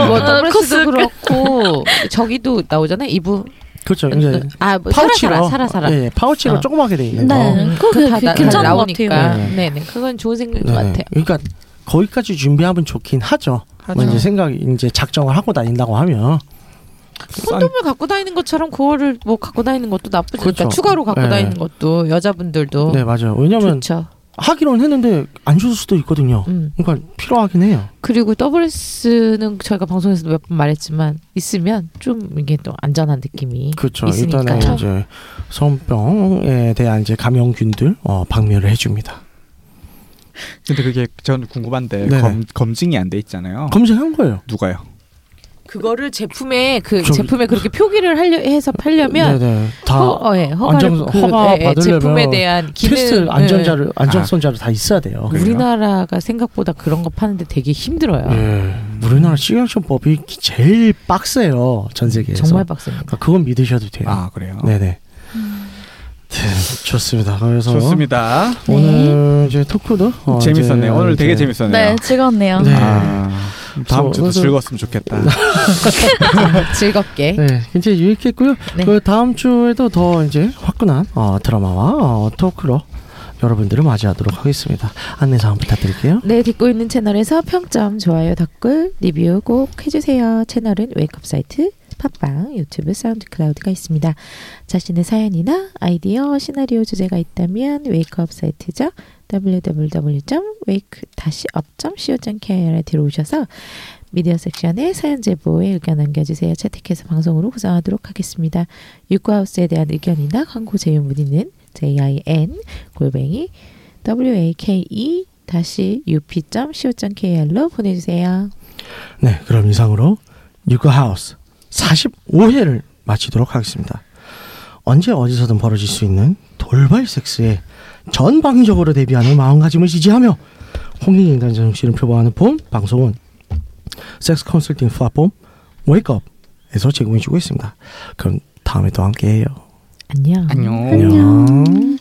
Speaker 8: 뭐
Speaker 7: 어,
Speaker 8: 더블스도
Speaker 7: 코스
Speaker 8: 그렇고 저기도 나오잖아요. 이부.
Speaker 4: 그렇죠. 이제
Speaker 8: 아, 뭐
Speaker 4: 파우치로
Speaker 8: 살아 살아 살아.
Speaker 4: 예, 예, 파우치로
Speaker 8: 어.
Speaker 4: 조그맣게 돼 있는 거.
Speaker 7: 네, 그거
Speaker 8: 그거
Speaker 7: 그-
Speaker 8: 다
Speaker 7: 그-
Speaker 8: 나-
Speaker 7: 괜찮은 것 같아요.
Speaker 8: 나오니까.
Speaker 4: 같아요.
Speaker 8: 네, 네. 그건 좋은 생각인 것
Speaker 4: 네네.
Speaker 8: 같아요.
Speaker 4: 그러니까 거기까지 준비하면 좋긴 하죠.
Speaker 6: 아,
Speaker 4: 뭐 이제 생각 이제 작정을 하고 다닌다고 하면
Speaker 8: 콘돔을 갖고 다니는 것처럼 그거를 뭐 갖고 다니는 것도 나쁘지 않으니까
Speaker 4: 그렇죠.
Speaker 8: 추가로 갖고
Speaker 4: 네.
Speaker 8: 다니는 것도 여자분들도
Speaker 4: 네 맞아요. 왜냐면
Speaker 8: 어. 좋죠.
Speaker 4: 하기로는 했는데 안 줄 수도 있거든요.
Speaker 8: 음.
Speaker 4: 그러니까 필요하긴 해요.
Speaker 8: 그리고 더블S는 저희가 방송에서도 몇 번 말했지만 있으면 좀 이게 또 안전한 느낌이
Speaker 4: 그렇죠.
Speaker 8: 있으니까.
Speaker 4: 일단은 이제 성병에 대한 이제 감염균들 어, 박멸을 해줍니다.
Speaker 6: 근데 그게 전 궁금한데
Speaker 4: 네네.
Speaker 6: 검, 검증이 안 돼 있잖아요.
Speaker 4: 검색한 거예요.
Speaker 6: 누가요?
Speaker 8: 그거를 제품에 그
Speaker 4: 저기-
Speaker 8: 제품에 그렇게 표기를 하려 해서 팔려면
Speaker 4: 네네. 다
Speaker 8: 허, 어, 예, 허가를
Speaker 4: 안전- 허가
Speaker 8: 예, 예,
Speaker 4: 받으려면
Speaker 8: 제품에 대한 기능 음.
Speaker 4: 테스트
Speaker 8: 예.
Speaker 4: 안전자를 안전선자를 다 있어야 돼요.
Speaker 6: 그래요?
Speaker 8: 우리나라가 생각보다 그런 거 파는데 되게 힘들어요.
Speaker 4: 예,
Speaker 8: 네.
Speaker 4: 우리나라 식약처법이 제일 빡세요 전 세계에서.
Speaker 8: 정말
Speaker 4: [laughs]
Speaker 8: 빡셉니다.
Speaker 4: 그러니까 그건 믿으셔도 돼요.
Speaker 6: 아 그래요.
Speaker 4: 네네.
Speaker 8: 음.
Speaker 4: 네, 좋습니다. 그래서
Speaker 6: 좋습니다.
Speaker 8: 네.
Speaker 4: 오늘 이제 토크도 어,
Speaker 6: 재밌었네요.
Speaker 4: 이제
Speaker 6: 오늘 되게
Speaker 4: 이제-
Speaker 6: 재밌었네요.
Speaker 7: 네, 즐거웠네요.
Speaker 4: 네.
Speaker 6: 아, 다음
Speaker 4: 그래서-
Speaker 6: 주도
Speaker 4: 그래서- [laughs]
Speaker 6: 즐거웠으면 좋겠다.
Speaker 8: 즐겁게.
Speaker 4: 네, 굉장히 유익했고요.
Speaker 8: 예? 네.
Speaker 4: 그 다음 주에도 더 이제 화끈한 어, 드라마와 어, 토크로 여러분들을 맞이하도록 하겠습니다. 안내 사항 부탁드릴게요.
Speaker 8: 네, 듣고 있는 채널에서 평점, 좋아요, 댓글, 리뷰 꼭 해주세요. 채널은 웨이크업 사이트, 팟빵, 유튜브, 사운드 클라우드가 있습니다. 자신의 사연이나 아이디어, 시나리오 주제가 있다면 웨이크업 사이트죠. www.wake-up.co.kr에 들어오셔서 미디어 섹션에 사연 제보에 의견 남겨주세요. 채택해서 방송으로 구성하도록 하겠습니다. 유쿠하우스에 대한 의견이나 광고 제휴 문의는 jin 골뱅이 wake 다시 up.co.kr로 보내주세요.
Speaker 4: 네, 그럼 이상으로 뉴그하우스 45회를 마치도록 하겠습니다. 언제 어디서든 벌어질 수 있는 돌발 섹스에 전방위적으로 대비하는 마음가짐을 지지하며 홍익인간 정신을 표방하는 폼 방송은 섹스 컨설팅 플랫폼 웨이크업에서 제공해주고 있습니다. 그럼 다음에 또 함께해요.
Speaker 8: 안녕.
Speaker 6: 안녕.
Speaker 4: 안녕.